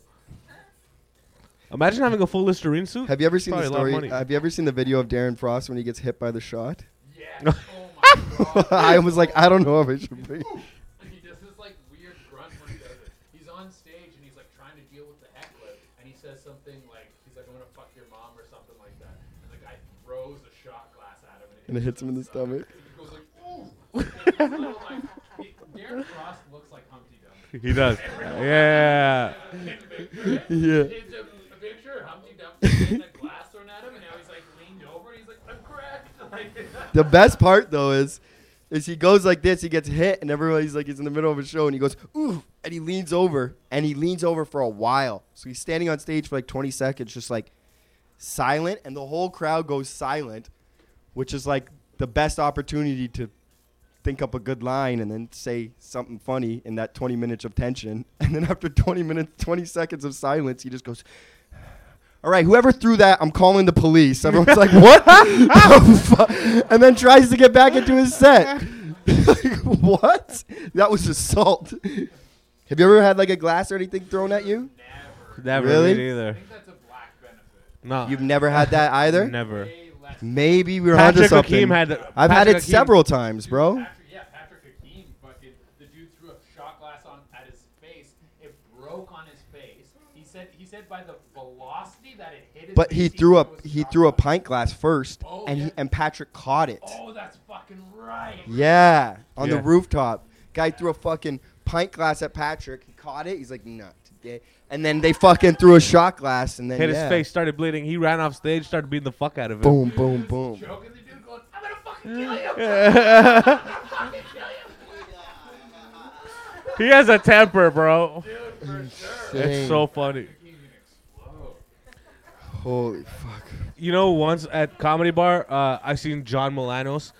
Imagine having a full Listerine suit.
Have you ever seen
Probably a lot
the
of
story?
money.
Have you ever seen the video of Darren Frost when he gets hit by the shot?
Yeah. oh my god.
I was like, I don't know if I should be.
He does this like weird grunt when he does it. He's on stage and he's like trying to deal with the heckler, and he says something like, "He's like, I'm gonna fuck your mom" or something like that. And the guy throws a shot glass at him,
And it hits him in the stomach.
He goes like, "Ooh!" It's a little, like, he- Darren Frost looks like Humpty Dumpty.
he does. yeah.
Yeah.
It's a, a picture of Humpty Dumpty hitting a glass thrown at him, and now he's like leaned over and he's like, "I'm cracked." Like,
The best part though is, is he goes like this. He gets hit, and everybody's like, he's in the middle of a show, and he goes ooh, and he leans over, and he leans over for a while. So he's standing on stage for like 20 seconds, just like, silent, and the whole crowd goes silent, which is like the best opportunity to think up a good line and then say something funny in that 20 minutes of tension. And then after 20 minutes, 20 seconds of silence, he just goes, all right, whoever threw that, I'm calling the police. Everyone's like, what? The fu- and then tries to get back into his set. like, what? That was assault. Have you ever had like a glass or anything thrown at you?
Never
Really?
did either.
I think that's a black benefit.
No,
You've never had that either?
never.
Way less.
Maybe we were onto
Patrick
something.
Hakeem had. the-
I've had
Patrick
it
Hakeem-
several times, bro.
Patrick, yeah, Patrick Hakeem fucking the dude threw a shot glass on at his face. It broke on his face. He said he said by the velocity that it hit. His
But
face,
he threw a he
shot
threw a
glass.
pint glass first,
Oh,
and he,
yeah.
and Patrick caught it.
Oh, that's fucking right.
Yeah, on the
Yeah.
rooftop. Guy threw a fucking pint glass at Patrick. He caught it. He's like, "Not today." And then they fucking threw a shot glass, and then
Hit his
yeah.
face, started bleeding. He ran off stage, started beating the fuck out of him.
Boom, boom, boom.
Joking the dude going, I'm gonna fucking kill you.
he has a temper, bro.
Dang.
It's so funny.
Holy fuck.
You know, once at comedy bar, uh, I seen John Milanos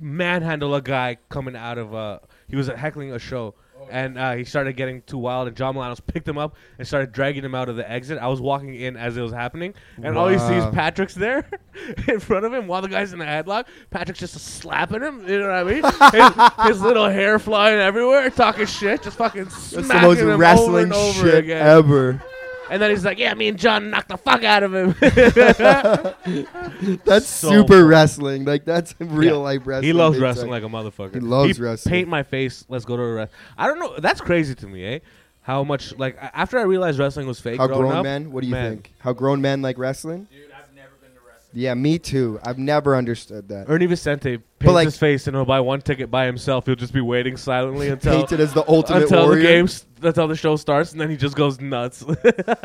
manhandle a guy coming out of. Uh, he was heckling a show,
Oh.
and uh, he started getting too wild. And John Milanos picked him up and started dragging him out of the exit. I was walking in as it was happening, and all you see is
Wow.
Patrick's there in front of him while the guy's in the headlock. Patrick's just slapping him. You know what I mean? his, his little hair flying everywhere, talking shit, just fucking smacking
That's the most
him over
wrestling
and over
shit
again.
ever.
And then he's like, "Yeah, me and John knocked the fuck out of him."
That's
So
super
fun.
wrestling. Like that's
Yeah.
real life wrestling.
He loves
big time.
wrestling like a motherfucker.
He loves wrestling.
Paint my face. Let's go to a rest. I don't know. That's crazy to me, eh? How much like a- after I realized wrestling was fake.
How
growing
grown
up,
men? What do you
man.
think? How grown men like wrestling?
Dude, I've never been to wrestling.
Yeah, me too. I've never understood that.
Ernie Vicente paints
like-
his face and he'll buy one ticket by himself. He'll just be waiting silently until
Painted as the ultimate
until
warrior.
the games until the show starts, and then he just goes nuts.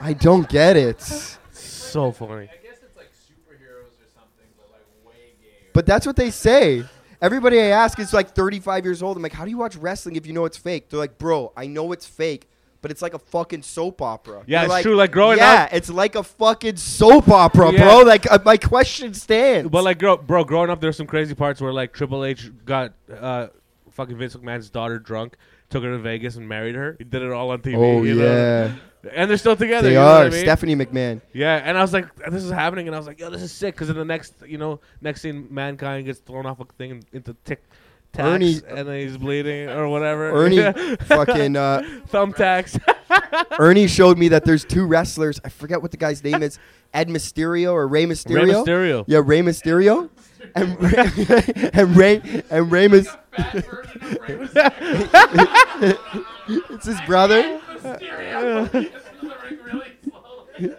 I don't get it.
so funny.
I guess it's like superheroes or something, but like way gay.
But that's what they say. Everybody I ask is like 35 years old. I'm like, how do you watch wrestling if you know it's fake? They're like, bro, I know it's fake, but it's like a fucking soap opera.
Yeah,
You're
it's true. Like, growing
yeah, it's like a fucking soap opera,
Yeah.
bro. Like uh, my question stands.
But like, bro, bro, growing up, there's some crazy parts where like Triple H got uh, fucking Vince McMahon's daughter drunk, took her to Vegas and married her. He did it all on TV.
oh
you know?
yeah,
and they're still together.
they
you know what
are
I mean?
Stephanie McMahon.
Yeah, and I was like, this is happening, and I was like, yo, this is sick, because in the next, you know, next scene, mankind gets thrown off a thing and into tick. Tacks,
Ernie-
and then he's bleeding or whatever.
Ernie, fucking uh,
thumbtacks.
Ernie showed me that there's two wrestlers. I forget what the guy's name is. Ed Mysterio or Rey Mysterio.
Rey Mysterio.
Yeah, Rey Mysterio. And Rey, and Rey and Rey Mys-
Bad version of Rey
it's his brother.
Mysterio. He's delivering really slowly.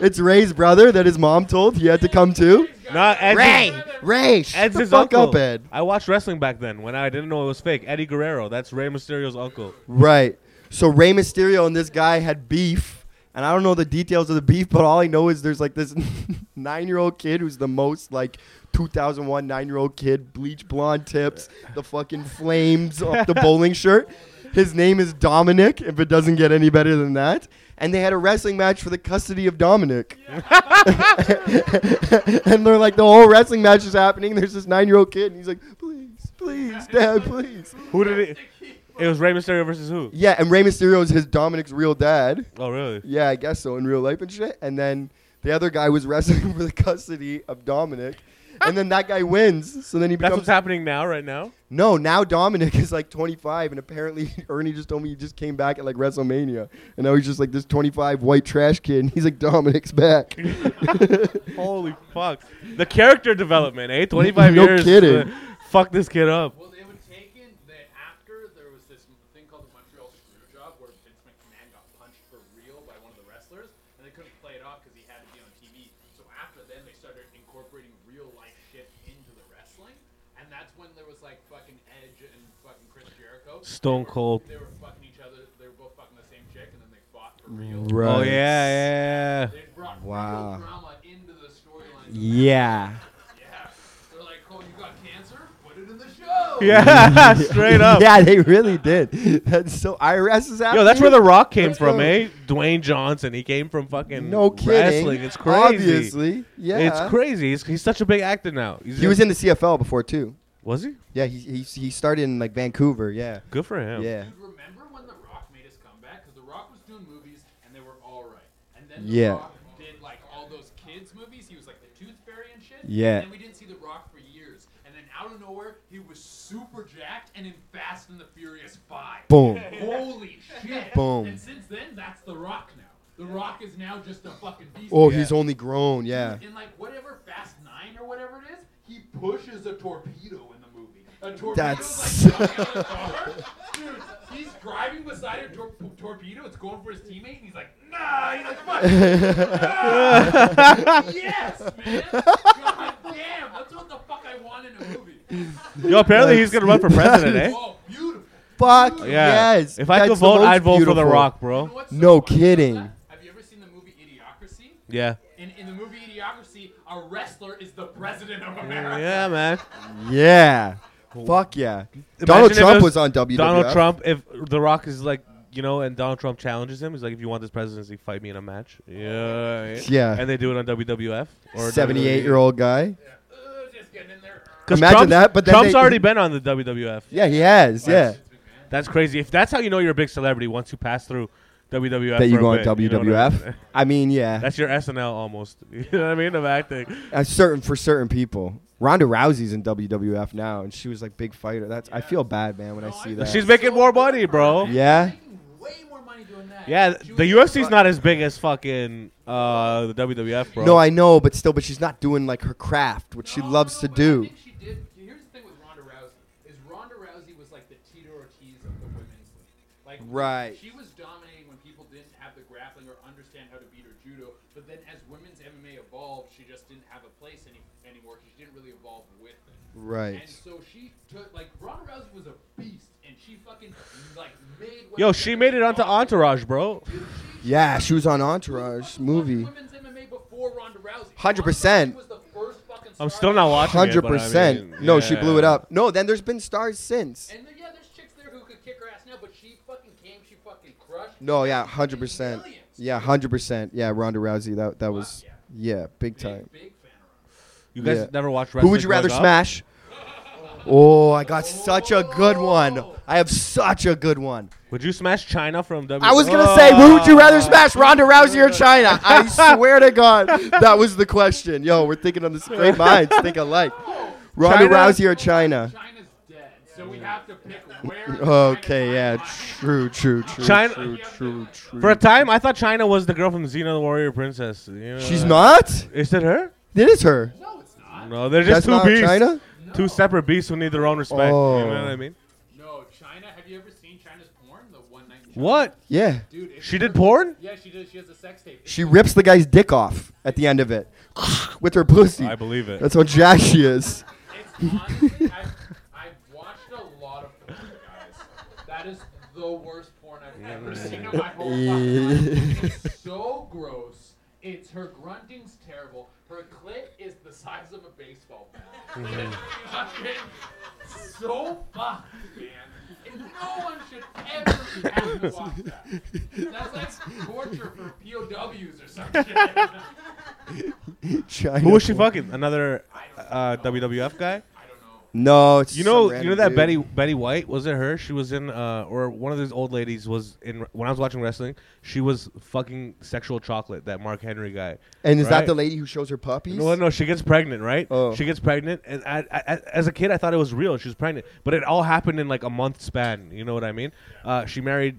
It's Ray's brother that his mom told he had to come too.
Nah, Ed's
Ray,
His,
Ray, shut
Ed's
the
his
fuck
uncle.
up, Ed.
I watched wrestling back then when I didn't know it was fake. Eddie Guerrero, that's Rey Mysterio's uncle.
Right. So Ray Mysterio and this guy had beef, and I don't know the details of the beef, but all I know is there's like this nine-year-old kid who's the most like 2001 nine-year-old kid, bleach blonde tips, the fucking flames off the bowling shirt. His name is Dominic. If it doesn't get any better than that, and they had a wrestling match for the custody of Dominic. and they're like, the whole wrestling match is happening. There's this nine-year-old kid, and he's like, please, please, dad, please.
Who did it? It was Rey Mysterio versus who?
Yeah, and Rey Mysterio is his Dominic's real dad.
Oh, really?
Yeah, I guess so in real life and shit. And then the other guy was wrestling for the custody of Dominic. And then that guy wins. So then he
That's
becomes
what's happening now, right now?
No, now Dominic is like 25 and apparently Ernie just told me he just came back at like WrestleMania. And now he's just like this 25 white trash kid and he's like Dominic's back.
Holy fuck. The character development, eh? 25
No
years.
kidding.
uh, fuck this kid up.
Well, they would take in the after there was this m- thing called the Montreal Screwjob where Vince McMahon got punched for real by one of the wrestlers, and they couldn't play it off because he had to be on TV. So after then, they started incorporating real life shit into the wrestling, and that's when there was like fucking Edge and fucking Chris Jericho.
Stone Cold.
They were fucking each other. They were both fucking the same chick, and then they fought for real.
Right.
Oh, yeah, yeah.
They brought
Wow.
real drama into the storyline. Yeah.
Yeah.
They're like, "Oh, you got cancer? Put it in the show."
Yeah, straight up.
yeah, they really did. That's so IRS is after
Yo, that's
you?
where The Rock came
Let's
from,
go.
eh? Dwayne Johnson. He came from fucking
No kidding.
wrestling. It's crazy.
Obviously, yeah.
It's crazy. He's, he's such a big actor now. He's
He was in the CFL before too.
Was he?
Yeah, he he, he started in like Vancouver. Yeah,
Good for him.
yeah.
Dude, remember when The Rock made his comeback? Because The Rock was doing movies and they were all right. And then The
Yeah.
Rock did like all those kids movies. He was like the Tooth Fairy and shit.
Yeah.
And then we didn't see The Rock for years. And then out of nowhere, he was super jacked and in Fast and the Furious Five.
Boom.
Holy shit.
Boom.
And since then, that's The Rock now. The Rock is now just a fucking beast.
Oh,
Yeah.
he's only grown. Yeah.
In like whatever Fast Nine or whatever it is, he pushes a torpedo in the movie. A torpedo's
That's-
like knocking on a car. Dude, he's driving beside a tor- torpedo. It's going for his teammate, and he's like, Nah. He's like, Fuck. nah." yes, man. God damn, that's what the fuck I want in a movie.
Yo, apparently he's gonna run for president, eh?
Oh, beautiful.
Fuck
Yeah.
yes.
If I
That's
could
the
vote,
most
I'd vote for The
beautiful.
Rock,
You know
bro.
what's so
No
funny about
kidding.
that? Have you ever seen the movie Idiocracy?
Yeah.
In, in the movie Idiocracy, a wrestler is the president of America.
Yeah, man.
Yeah. Fuck yeah. Donald
if it
Trump was,
was
on WWF.
Donald Trump, if The Rock is like, you know, and Donald Trump challenges him, he's like, if you want this presidency, fight me in a match. Yeah.
Yeah.
And they do it on WWF. Or E.
78 year old guy.
Uh, just getting in there.
Imagine that, but then
Trump's
they-
already been on the WWF.
Yeah, he has. Yeah.
That's crazy. If that's how you know you're a big celebrity, once you pass through WWF,
That you
for a
go on
bit, you know what I
WWF.
mean?
I mean, yeah.
That's your SNL almost. You know what I mean? Of acting.
Uh, certain for certain people. Ronda Rousey's in WWF now, and she was like big fighter. That's I feel bad, man, when I see that.
She's making more money, bro.
yeah.
making way more money doing that.
Yeah,
She
the
was-
UFC's not as big as fucking uh, the WWF, bro.
No, I know, but still, but she's not doing like her craft, which she
No,
loves
no,
to
but I
do.
think she did- Here's the thing with Ronda Rousey is Ronda Rousey was like the Tito Ortiz of the women's league. Like
Right.
she was dominating when people didn't have the grappling or understand how to beat her judo. But then as women's MMA evolved, she just didn't have a place any, anymore. 'cause She didn't really evolve with it.
Right.
And so she took like Ronda Rousey was a beast, and she fucking like made.
Yo,
women's
she
MMA
made it onto
evolve.
Entourage, bro.
Yeah, she was on Entourage movie.
Women's MMA before Ronda Rousey.
100%.
Ronda Rousey was the first fucking
I'm
star
still not
to-
watching. it,
Hundred
but I
percent.
mean,
No, she blew it
yeah.
up. No, then there's been stars since.
And there, yeah, there's chicks there who could kick her ass now, but she fucking came, she fucking crushed.
No, yeah, hundred percent. Yeah, hundred percent. Yeah, Ronda Rousey. That that was yeah, big time.
Big, big fan of
You guys
Yeah.
never watched wrestling?
Who would you rather
growing up?
smash? Oh, I got such a good one. I have such a good one.
Would you smash China from WWE?
I was gonna say, who would you
Oh.
rather smash, Ronda Rousey or China? I swear to God, that was the question. Yo, we're thinking on the same minds, think alike. Ronda
China?
Rousey or China?
her. China's dead, so we have to pick where. in
Okay,
China-
yeah, true, true, true,
China-
true, true, true.
For a time, I thought China was the girl from Xena the Warrior Princess. You know
She's
that?
not.
Is it her?
It is her.
No, it's not.
No, they're
That's
just
not
two beasts.
China.
Two separate beasts who need their own respect. You
Oh.
know what I mean?
No, China. Have you ever seen China's porn? The one night. China?
What?
Yeah.
Dude, it's
She did porn?
Yeah, she does. She has a sex tape.
She rips the guy's dick off at the end of it with her pussy.
I believe it.
That's how jack she is.
It's honestly, I've, I've watched a lot of porn, guys. That is the worst porn I've ever seen in my whole life. It's so gross. It's her grunting's terrible. Her clit is the size of a baseball bat. It's fucking so fucked, man. And no one should ever have to watch that. That's like torture for POWs or something.
China.
Who was she fucking? Another uh, WWF guy?
No, it's
You
some
know, you
random
know that
dude.
Betty Betty White was it her? She was in, uh, or one of those old ladies was in. When I was watching wrestling, she was fucking sexual chocolate. That Mark Henry guy.
And is that
right?
the lady who shows her puppies?
No, no, she gets pregnant, right?
Oh.
She gets pregnant, and I, I, as a kid, I thought it was real. She was pregnant, but it all happened in like a month span. You know what I mean? Uh, she married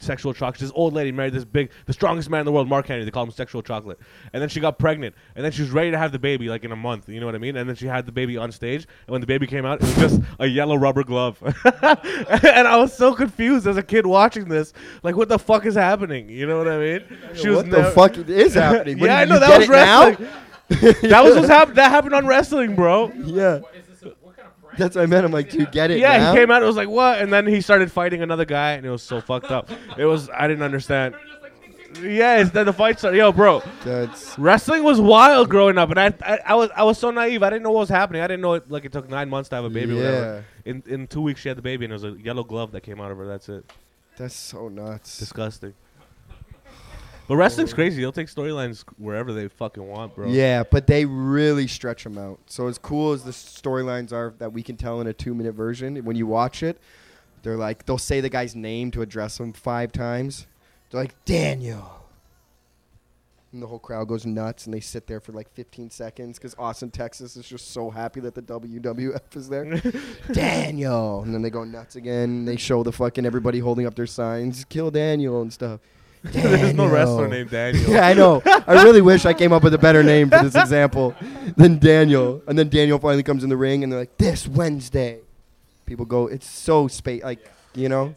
sexual chocolate. This old lady married this big, the strongest man in the world, Mark Henry. They call him sexual chocolate. And then she got pregnant, and then she was ready to have the baby like in a month. You know what I mean? And then she had the baby on stage, and when the baby came out, it was just a yellow rubber glove. and I was so confused as a kid watching this, like, what the fuck is happening? You know what I mean? She
what the
never-
fuck it is happening? What,
yeah, I
you
know that
get
was
it now?
wrestling. that was what's happened. That happened on wrestling, bro.
Yeah,
What is this? a- What kind of prank?
that's what I meant. I'm like, do you get it
Yeah,
now?
he came out. It was like what, and then he started fighting another guy, and it was so fucked up. It was I didn't understand.
They're just like, ding, ding,
Yes, then the fight started. Yo, bro,
That's
wrestling was wild growing up, and I, I, I was, I was so naive. I didn't know what was happening. I didn't know it. Like it took nine months to have a baby. or whatever. In in two weeks she had the baby, and it was a yellow glove that came out of her. That's it.
that's so nuts.
Disgusting. But wrestling's crazy. They'll take storylines wherever they fucking want, bro.
Oh. Yeah, but they really stretch them out. So as cool as the storylines are that we can tell in a two-minute version, when you watch it, they're like they'll say the guy's name to address him five times. They're like Daniel, and the whole crowd goes nuts, and they sit there for like 15 seconds because Austin, Texas, is just so happy that the WWF is there. Daniel, and then they go nuts again. They show the fucking everybody holding up their signs, kill Daniel and stuff.
There's no wrestler
Daniel.
named Daniel.
Yeah, I know. I really wish I came up with a better name for this example than Daniel. And then Daniel finally comes in the ring, and they're like, "This Wednesday." People go, "It's so space, like you know."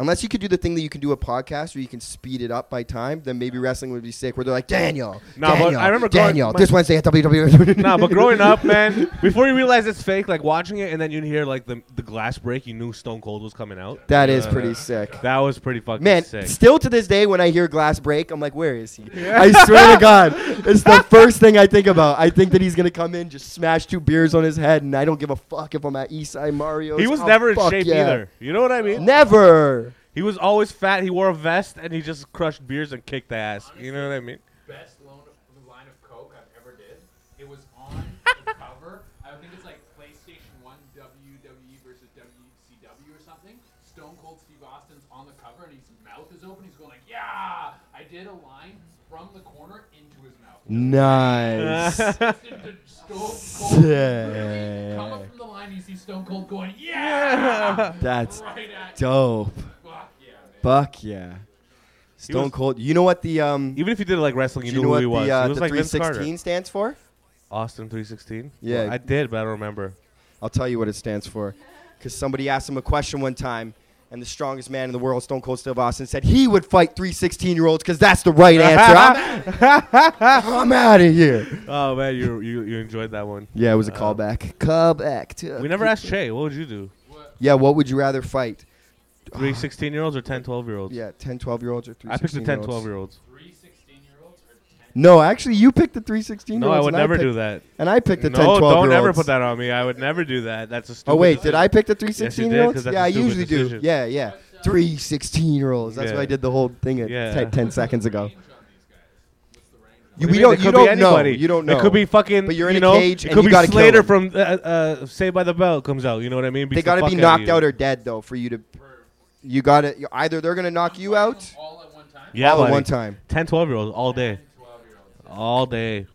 Unless you could do the thing that you can do a podcast where you can speed it up by time, then maybe wrestling would be sick. Where they're like, "Daniel,
Nah, but
Daniel,
I remember growing-
Daniel,
my-
this Wednesday at E." WWE."
nah, but growing up, man, before you realize it's fake, like watching it and then you'd hear like the the glass break, you knew Stone Cold was coming out.
that is pretty sick.
That was pretty fucking
Man,
sick.
still to this day, when I hear glass break, I'm like, where is he? I swear to God, it's the first thing I think about. I think that he's gonna come in, just smash two beers on his head, and I don't give a fuck if I'm at Eastside Mario.
He was never in shape either. You know what I mean?
Oh, Never.
He was always fat. He wore a vest and he just crushed beers and kicked the ass. You know what I mean?
best loan of, line of coke I've ever did. It was on the cover. I think it's like PlayStation One WWE versus WCW or something. Stone Cold Steve Austin's on the cover and his mouth is open. He's going like, "Yeah, I did a line from the corner into his mouth."
Nice.
Listen to Stone Cold. Come up
Sick.
from the line, you see Stone Cold going, "Yeah!"
That's
right at
dope.
fuck yeah, man.
Fuck yeah. Stone
was-
Cold. You know what the um?
Even if you did like wrestling, you,
you
knew
know
who
what
he was.
the, uh,
he was
the
like Vince Carter.
316 stands for?
Austin 316.
Yeah.
Well, I did, but I don't remember.
I'll tell you what it stands for. Because somebody asked him a question one time, and the strongest man in the world, Stone Cold Steve Austin, said he would fight three 16 year olds because that's the right answer. I'm, I'm out of here.
Oh man, you you you enjoyed that one.
Yeah, it was a callback. Callback. To
Uh, We never asked Shay. What would you do?
Yeah, what would you rather fight?
Three 16 year olds or 10 12 year olds?
Yeah, 10, 12 year olds or three
I picked the 10
16-year-olds?
12 year olds.
Three 16-year-olds are 10.
No, actually, you picked the three 16
No,
year olds.
I would never do that.
And I picked the 10,
No,
12 year olds.
don't ever put that on me. I would never do that. That's a stupid.
Oh, wait,
decision.
did I pick the three
you did,
16 year olds?
'cause that's a
Yeah, I
stupid
usually
decision.
do. Yeah, yeah. Three 16 year olds. That's
Yeah.
why I did the whole thing at
Yeah.
10 seconds ago.
Range on these guys. What's the range?
What do
You, we
you mean?
don't,
It
you
could be
don't know.
anybody.
You don't know.
It could be fucking.
But you're in
you
a
know,
cage
It
and
could
you
be
gotta kill
Slater
them.
from uh, uh, Saved by the Bell comes out. You know what I mean?
They got to be knocked out or dead though for you to. You got to either they're gonna knock you out
All at one time?
yeah,
all at
buddy.
one time.
10 12 year olds all day,
12-year-olds.
all day.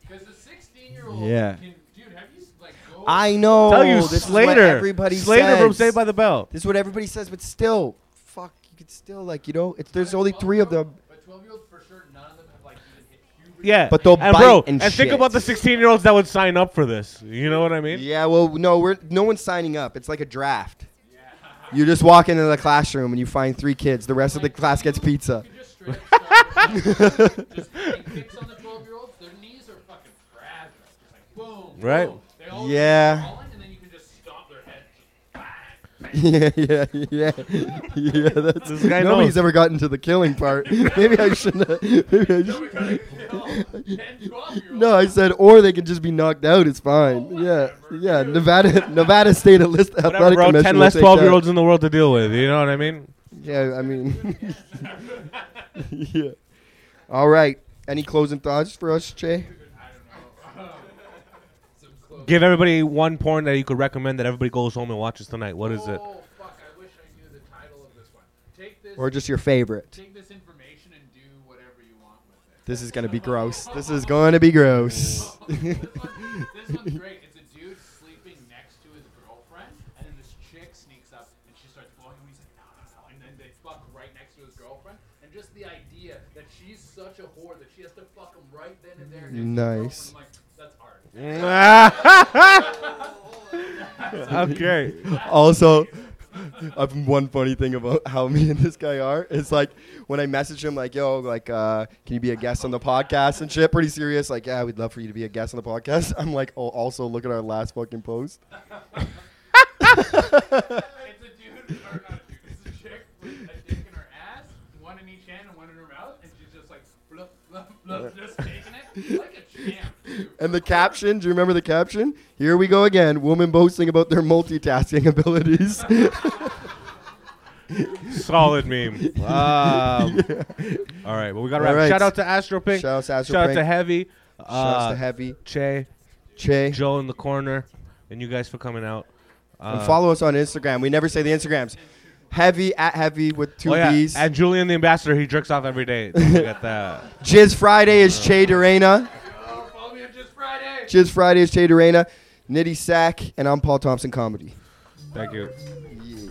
Because the 16 year old
Yeah.
can, dude, have you s- like go?
I know.
Tell you
Oh, this Is what
Slater,
everybody
Slater
says.
from Saved by the Bell.
This is what everybody says, but still, fuck, you could still like you know. It's there's only three of them.
But 12 year olds for sure, none of them have like even hit puberty.
Yeah,
But they'll
and
bite
bro,
and
think
shit.
about the 16 year olds that would sign up for this. You know what I mean?
Yeah, well, no, we're no one's signing up. It's like a draft. You just walk into the classroom and you find three kids. The rest of the class gets pizza.
You can just straight up start with- just fucking kicks on the 12 year olds. Their knees are fucking fragile. Just like boom.
Right.
Boom. They all
Yeah.
keep falling, and then you can just stomp their head.
yeah, yeah, yeah, yeah. That's
This guy
nobody's
knows.
ever gotten to the killing part. maybe I shouldn't. have- Maybe I should.
10, 12 year olds.
No, I said, or they can just be knocked out. It's fine. Yeah, yeah. Nevada, Nevada State at least
Whatever,
athletic
bro.
commission.
10
will
less
take
12 year
that.
olds in the world to deal with. You know what I mean?
Yeah, I mean, yeah. All right. Any closing thoughts for us, Jay?
Give everybody one porn that you could recommend that everybody goes home and watches tonight. What is it?
Oh, fuck. I wish I knew the title of this one. Take this,
Or just your favorite?
take this information and do whatever you want with it.
This is gonna be gross. This is gonna be gross.
this one's great. It's a dude sleeping next to his girlfriend, and then this chick sneaks up and she starts blowing him. He's like, no, no, no. And then they fuck right next to his girlfriend. And just the idea that she's such a whore that she has to fuck him right then and there. Next
Nice.
To his girlfriend. I'm like, that's art.
okay.
also i one funny thing about how me and this guy are it's like when i message him like yo like uh can you be a guest on the podcast and shit pretty serious like yeah we'd love for you to be a guest on the podcast i'm like oh also look at our last fucking post
uh, It's a dude, or not a dude. It's a chick with a dick in her ass, one in each Like a champ, too.
And the caption, do you remember the caption? Here we go again, woman boasting about their multitasking abilities.
Solid meme. Um, All right, well, we got to wrap. it.
All right.
Shout out to Astro Pink.
Shout out to Astro
Shout out
Pink.
to Heavy.
Shouts
Uh,
to Heavy,
Che,
Che.
Joe in the corner, and you guys for coming out. Uh,
and follow us on Instagram. We never say the Instagrams. Heavy at heavy with two
oh, yeah.
B's.
And Julian the ambassador, he jerks off every day. Don't forget that.
Jizz Friday is
Uh.
Che Durena.
Oh, follow me on Just Friday.
Jizz Friday is Che Durena. Nitty Sack. And I'm Paul Thompson Comedy.
Thank you.
Yeah.